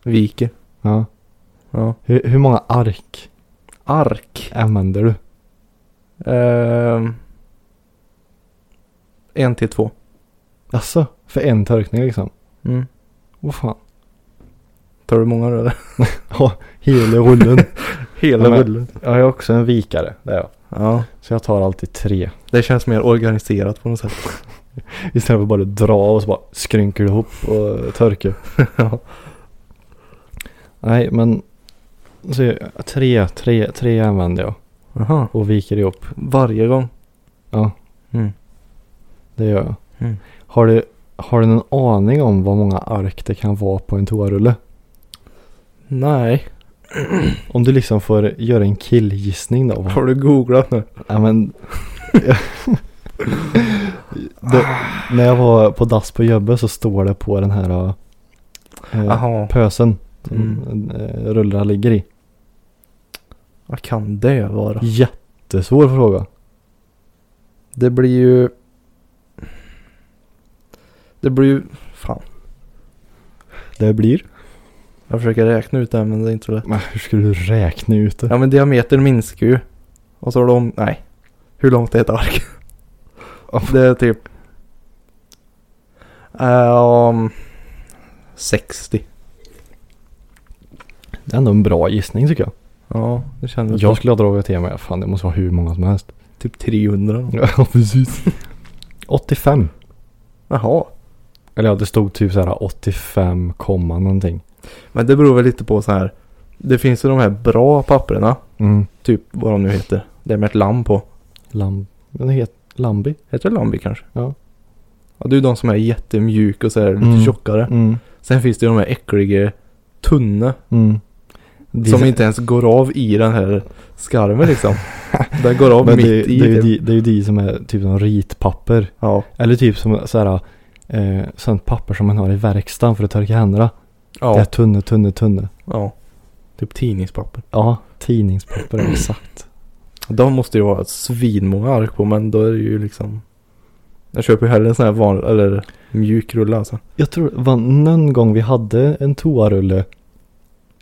viker. Ja. Ja. Hur, hur många ark Ark. använder du? Eh, en till två. Alltså, för en törkning liksom? Mm. Åh fan. Tar du många röda? Ja, hela rullen. Hela Ja, men- bullen. jag är också en vikare, det är jag. Ja. Så jag tar alltid tre. Det känns mer organiserat på något sätt. Istället för att bara dra och så bara skrynker du ihop och törker. Ja. Nej, men så, jag- tre, tre, tre använder jag. Aha. Och viker ihop. Varje gång. Ja. Mm. Det gör jag. Mm. Har du, har du någon aning om vad många ark det kan vara på en toarulle? Nej. Om du liksom får göra en killgissning då. Har du googlat nu? Ja men... det, när jag var på dass på Jöbbe så står det på den här eh, Jaha. pösen som Mm. eh, rullarna ligger i. Vad kan det vara? Jättesvår fråga. Det blir ju... Det blir ju... Fan. Det blir? Jag försöker räkna ut det här men det är inte så lätt. Men hur skulle du räkna ut det? Ja men diametern minskar ju. Och så har de... Nej. Hur långt är ett ark? det är typ... Um, 60. Det är ändå en bra gissning tycker jag. Ja, det kändes Jag bra. skulle ha dragit till mig, fan det måste vara hur många som helst. Typ 300. Ja precis. 85. Jaha. Eller ja, det stod typ så här 85, komma någonting. Men det beror väl lite på så här. Det finns ju de här bra papperna. Mm. Typ vad de nu heter. Det med ett lamm på. Lamb... Den heter Lambi. Heter det Lambi kanske? Ja. Ja, det är ju de som är jättemjuka och så här lite Mm. tjockare. Mm. Sen finns det ju de här äckliga tunna. Mm. Det- Som inte ens går av i den här skarven liksom. den går av Men mitt det, det, i. är ju typ. de, det är ju de som är typ som ritpapper. Ja. Eller typ som så här, eh, sånt papper som man har i verkstaden för att torka händerna. Det är Ja. tunne, tunne, tunne. ja. Typ tidningspapper. Ja, tidningspapper exakt. De måste ju vara svinmånga ark på men då är det ju liksom. Jag köper ju hellre en sån här vanlig, eller mjuk rulle alltså. Jag tror det var någon gång vi hade en toarulle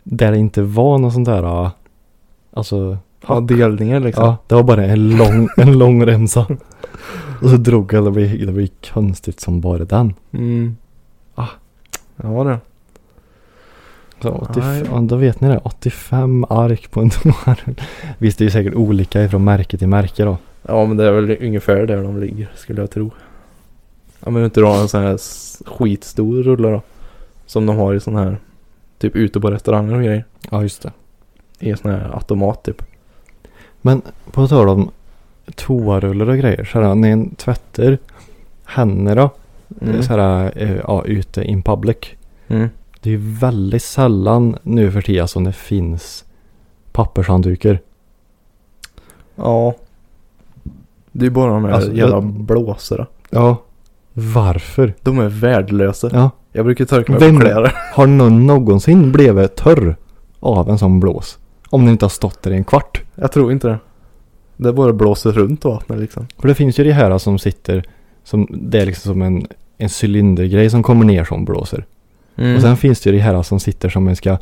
där det inte var någon sån där, ah, alltså, Ja, delningar liksom. ja, det var bara en lång, en lång remsa. Och så drog jag, det blev, det blev konstigt som bara den. Mm. Ah. Ja det. Så Nej. 85, ja, då vet ni det. 85 ark på en toarulle. Visst, det är ju säkert olika från märke till märke då. Ja men det är väl ungefär där de ligger skulle jag tro. Ja men inte ha en sån här s- skitstor rulle då. Som de har i sån här. Typ ute på restauranger och grejer. Ja, just det. I en sån här automat typ. Men på tal om toarullar och grejer. Så här, när en tvättar händer då. Mm. Så här, eh, ja, ute in public. Mm. Det är ju väldigt sällan nu för tiden som det finns pappershanddukar. Ja. Det är bara de här Alltså, jävla jag- blåsorna. Ja. Varför? De är värdelösa. Ja. Jag brukar torka mig Vem- på kläder. Har någon någonsin blivit torr av en sån blås? Om det inte har stått där i en kvart. Jag tror inte det. Det bara blåser runt vattnet liksom. För det finns ju det här som sitter, som, det är liksom som en, en cylindergrej som kommer ner som blåser. Mm. Och sen finns det ju det här som sitter som man ska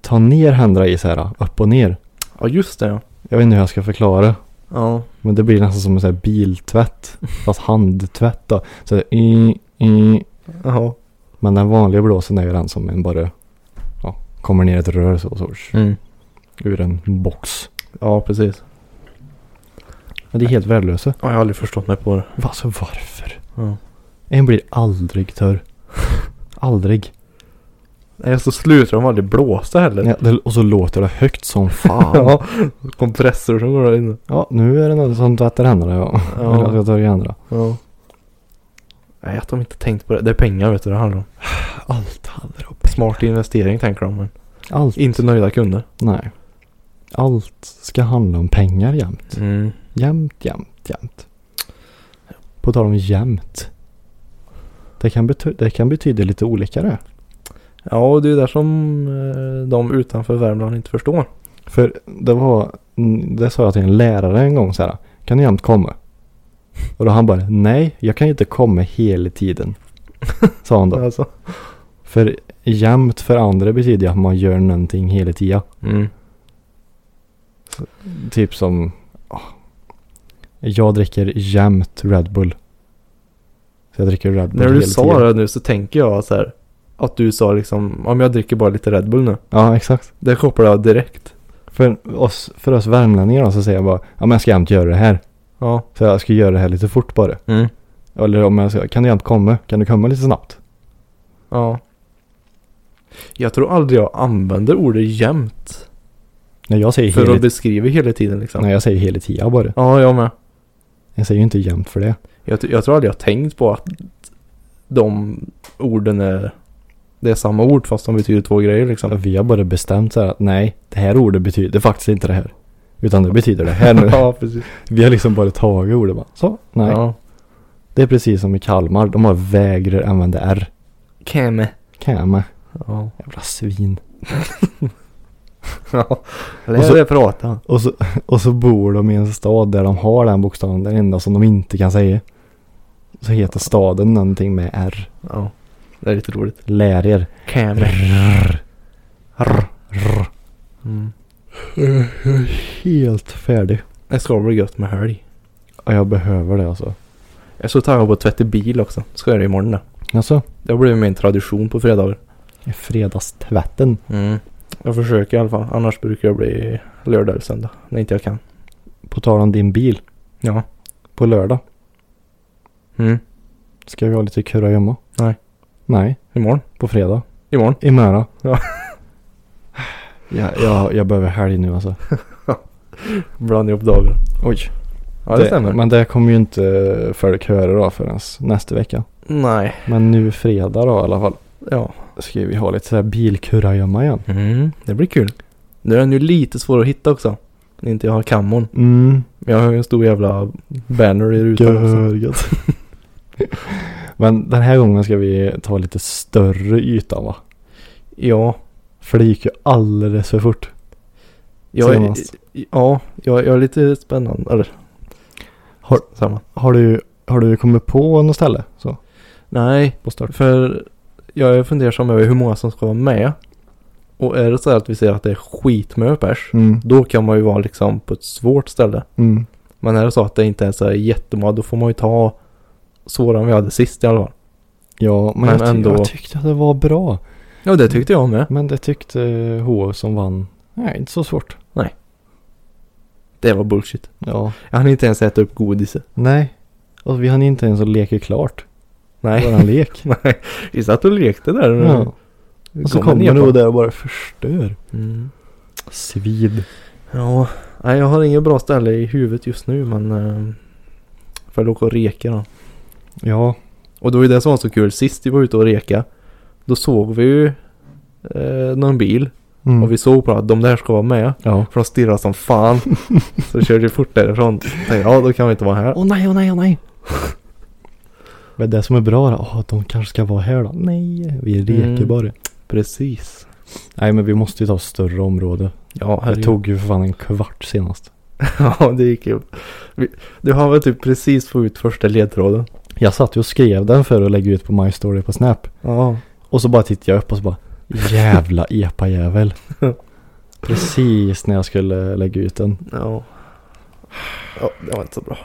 ta ner händerna i så här, upp och ner. Ja just det ja. Jag vet inte hur jag ska förklara. Ja. Men det blir nästan som en sån här biltvätt. Fast handtvätt då. Så det, i, i. Jaha. Men den vanliga blåsen är ju den som en bara ja, kommer ner ett rör så, så Mm. ur en box. Ja precis. Men det är helt värdelösa. Ja, jag har aldrig förstått mig på det. Alltså varför? Ja. En blir aldrig törr. aldrig. Nej så slutar de aldrig blåsa heller. Ja, det, och så låter det högt som fan. ja. Ja, kompressor som går där inne. nu är det någon som tvättar händerna ja. Ja. Eller att jag tar i händerna. Ja. Nej, att de inte tänkt på det. Det är pengar vet du det handlar om. Allt handlar om Smart investering tänker de men Allt. inte nöjda kunder. Nej. Allt ska handla om pengar jämt. Jämt, jämt, jämt. På tal om jämt. Det kan, bety- det kan betyda lite olika det. Ja, och det är där som eh, de utanför Värmland inte förstår. För det var, mm, det sa jag till en lärare en gång så här. Kan du jämt komma? Och då han bara, nej jag kan inte komma hela tiden. Sa han då. Alltså. För jämt för andra betyder ju att man gör någonting hela tiden. Typ som, ah, jag dricker jämt Red Bull. Så jag dricker Red Bull När du hela sa tiden. det nu så tänker jag så här. Att du sa liksom, om jag dricker bara lite Red Bull nu. Ja exakt. Det kopplar jag direkt. För oss, för oss värmlänningar då, så säger jag bara, ja men jag ska jämt göra det här. Ja. Så jag ska göra det här lite fort bara. Eller om jag ska, kan du jämt komma? Kan du komma lite snabbt? Ja. Jag tror aldrig jag använder ordet jämt. Nej jag säger För hela att beskriva hela tiden liksom. Nej, jag säger hela tiden bara. Ja, jag med. Jag säger ju inte jämt för det. Jag, t- jag tror aldrig jag tänkt på att de orden är... Det är samma ord fast de betyder två grejer liksom. Vi har bara bestämt så här att nej, det här ordet betyder faktiskt inte det här. Utan det betyder det här nu. ja, precis. Vi har liksom bara tagit ordet bara. Så, nej. Ja. Det är precis som i Kalmar. De har vägrar använda R. Keme. Käme. Ja. Jävla svin. Ja. Och så- Lär dig prata. Och så, och så bor de i en stad där de har den bokstaven. Den enda som de inte kan säga. Så heter staden någonting med R. Ja. Det är lite roligt. Lär er. Keme. Rrr. Rrr. Rrr. Mm. Helt färdig. Det ska bli gött med helg. Ja, jag behöver det alltså. Jag är så taggad på att tvätta bil också. Ska jag göra det imorgon då. Alltså, Det har blivit min tradition på fredagar. fredagstvätten. Mm. Jag försöker i alla fall. Annars brukar jag bli lördag eller söndag. När inte jag kan. På tal om din bil. Ja. På lördag. Mm. Ska vi ha lite kurragömma? Nej. Nej. Imorgon. På fredag. Imorgon. Imorgon. Ja. ja, jag, jag behöver helg nu alltså. Blanda ihop dagar. Oj. Ja, det, stämmer. Men det kommer ju inte folk höra då förrän nästa vecka. Nej. Men nu fredag då i alla fall. Ja. Ska vi ha lite sådär bilkurragömma igen. Mm, det blir kul. Nu är den ju lite svår att hitta också. När inte jag har kammon. Mm. Men jag har ju en stor jävla banner i rutan också. Görgött. Men den här gången ska vi ta lite större yta va? Ja. För det gick ju alldeles för fort. Jag är, Senast. ja, jag, jag är lite spännande. Eller, Har- samma. Har du, har du kommit på något ställe? Så, Nej, på start? för jag är fundersam över hur många som ska vara med. Och är det så här att vi ser att det är skitmö pers. Mm. Då kan man ju vara liksom på ett svårt ställe. Mm. Men är det så att det inte är så här jättemånga då får man ju ta svårare än vi hade sist i alla fall. Ja, men, Men jag, ty- ändå. jag tyckte att det var bra. Ja, det tyckte jag med. Men det tyckte H som vann. Nej, inte så svårt. Det var bullshit. Ja. Jag hann inte ens äta upp godiset. Nej. Och vi hann inte ens att leka klart. Nej. Våran lek. Nej, vi satt och lekte där. men ja. vi Mm. Och så kom kommer ner du på- där och bara förstör. Mm. Svid. Ja, nej jag har inget bra ställe i huvudet just nu men... Eh, för att åka och reka då. Ja, Och det var ju det som var så kul. Sist vi var ute och reka. Då såg vi ju eh, någon bil. mm. Och vi såg på att de där ska vara med. ja. För de stirrade som fan. så körde vi fort därifrån. Tänkte ja då kan vi inte vara här. Åh nej, åh nej, åh nej. Men det som är bra då, åh, de kanske ska vara här då. Nej, vi leker Mm. bara. Precis. Nej, men vi måste ju ta större område. Ja, Det tog ju för fan en kvart senast. Ja, det gick ju. Vi- Du har väl typ precis fått ut första ledtråden. Jag satt ju och skrev den för att lägga ut på My Story på Snap. Ja. Och så bara tittade jag upp och så bara Jävla epa-jävel Precis när jag skulle lägga ut den Ja. Ja, det var inte så bra.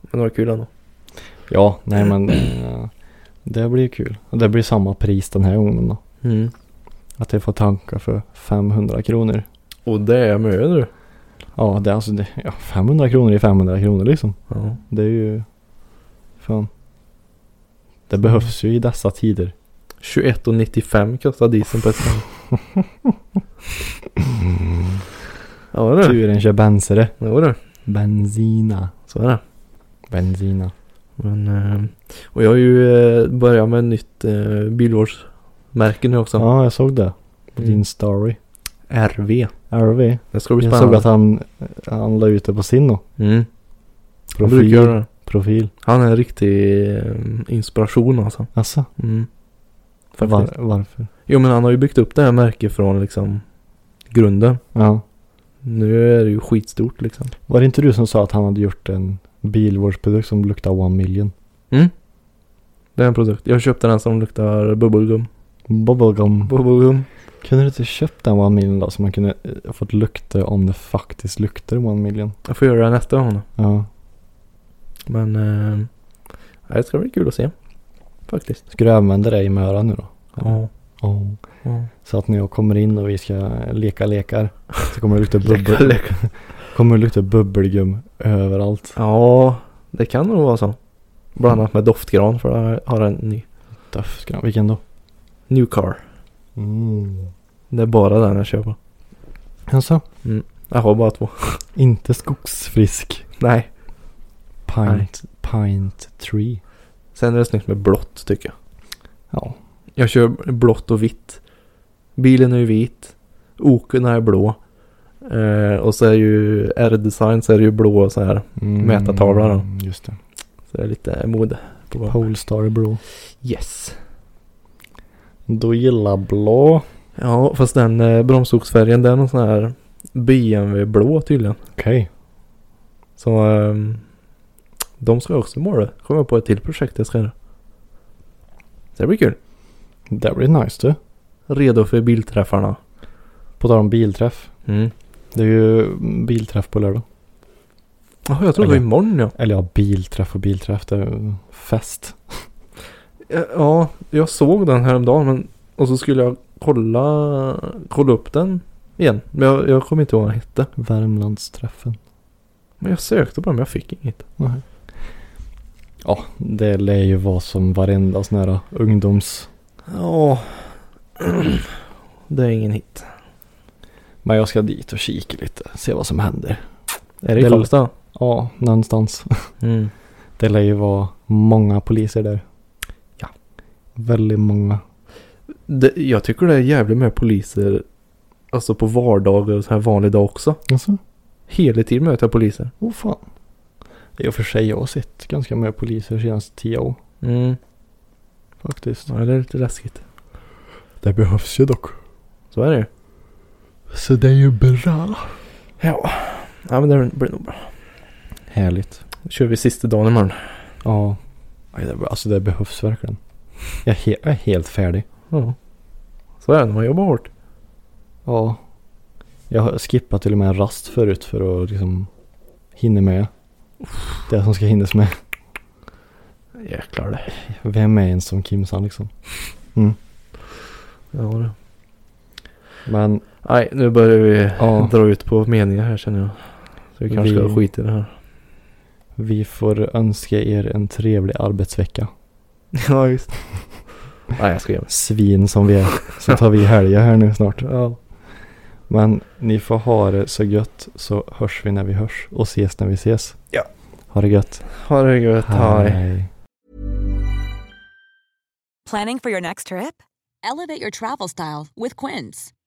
Men det var kul ändå. Ja, nej men eh, Det blir kul Och det blir samma pris den här gången då Mm. Att jag får tanka för 500 kronor Och det är mycket du. Ja, det är alltså det, ja, 500 kronor är 500 kronor liksom Ja. Det är ju Fan Det behövs ju i dessa tider 21,95 kostar dieseln på ett ställe. Ja du. Turen kör bensare Jo du. Benzina Så är det. Benzina Men, eh, och jag har ju eh, börjat med ett nytt eh, bilvårdsmärke nu också. Ja, jag såg det På Mm. din story RV. RV Det ska bli Jag såg spännande. att han, han la ut det på sin då. Mm. Han brukar Profil. göra det. Profil. Han är en riktig eh, inspiration alltså. Alltså, Mm. var, varför? Jo men han har ju byggt upp det här märket från liksom grunden. Ja. Nu är det ju skitstort liksom. Var det inte du som sa att han hade gjort en bilvårdsprodukt som luktar one million? Det är en produkt. Jag köpte den som luktar bubbelgum. Bubblegum. Bubbelgum. Kunde du inte köpt den one million då? Så man kunde eh, fått lukta om det faktiskt luktar one million. Jag får göra det nästa gång då. Ja. Men eh, ja, det ska bli kul att se. Faktiskt. Ska du använda det i Möra nu då? Ja. Oh. ja. Så att när jag kommer in och vi ska leka lekar så kommer det lukta Leka, bubbel... kommer det lukta bubbelgum överallt. Ja, det kan nog vara så. Bland annat med doftgran för jag har en ny. Döftgrann. Vilken då? New car. Mm. Det är bara den jag köper. Alltså, Jag har bara två. inte skogsfrisk. Nej. Pint, pint tree. Sen är det snyggt med blått tycker jag. Ja. Jag kör blått och vitt. Bilen är ju vit. Okerna är blå. Eh, och så är ju R-design så är det ju blå så här. Mm, Mätartavla då. Just det. Så det är lite mode på gång. Polestar blå. Yes. Du gillar blå. Ja fast den eh, bromsoxfärgen den är någon sån här BMW blå tydligen. Okej. Så ehm, de ska jag också måla. Kommer jag på ett till projekt jag ska göra. Så det blir kul. Det blir nice du. Redo för bilträffarna. På tal om bilträff. Mm. Det är ju bilträff på lördag. Jaha jag tror det var Okej. imorgon ja. Eller ja, bilträff och bilträff. Det är ju fest. Eh, Ja, jag såg den häromdagen men, och så skulle jag kolla, kolla upp den igen. Men jag, jag kommer inte ihåg vad den hette. Värmlandsträffen. Men jag sökte på den men jag fick inget. Nej. Ja, det lär ju vara som varenda sån här ungdoms... Ja, det är ingen hit. Men jag ska dit och kika lite. Se vad som händer. Är det i Det- Karlstad? Ja, någonstans. Mm. Det lär ju vara många poliser där. Ja. Väldigt många. Det, jag tycker det är jävligt med poliser. Alltså på vardagar och så här vanlig dag också. Alltså? Hela tiden möter jag poliser. Åh oh, fan. I och för sig, jag har sett ganska många poliser senaste tio år Mm. faktiskt. Ja, det är lite läskigt. Det behövs ju dock. Så är det ju. Så det är ju bra. Ja, ja men det blir nog bra. Härligt. Då kör vi sista dagen imorgon. Ja. Aj, det, alltså det behövs verkligen. Jag är, he- jag är helt färdig. Ja. Så är det när man jobbar hårt. Ja. Jag har skippat till och med en rast förut för att liksom hinna med. Det som ska hinnas med. Jäklar det. Vem är ens som Kimsan liksom? Ja, det. Men Nej, nu börjar vi Ja. dra ut på meningar här känner jag. Så vi kanske Vi- ska skita i det här. vi får önska er en trevlig arbetsvecka. ja, just Nej, jag skojar. svin som vi är. Så tar vi helga här nu snart. Ja. Men ni får ha det så gött så hörs vi när vi hörs och ses när vi ses. Ja. Ha det gött. Ha det gött. Hej. Planning for your next trip? Elevate your travel style with Quince.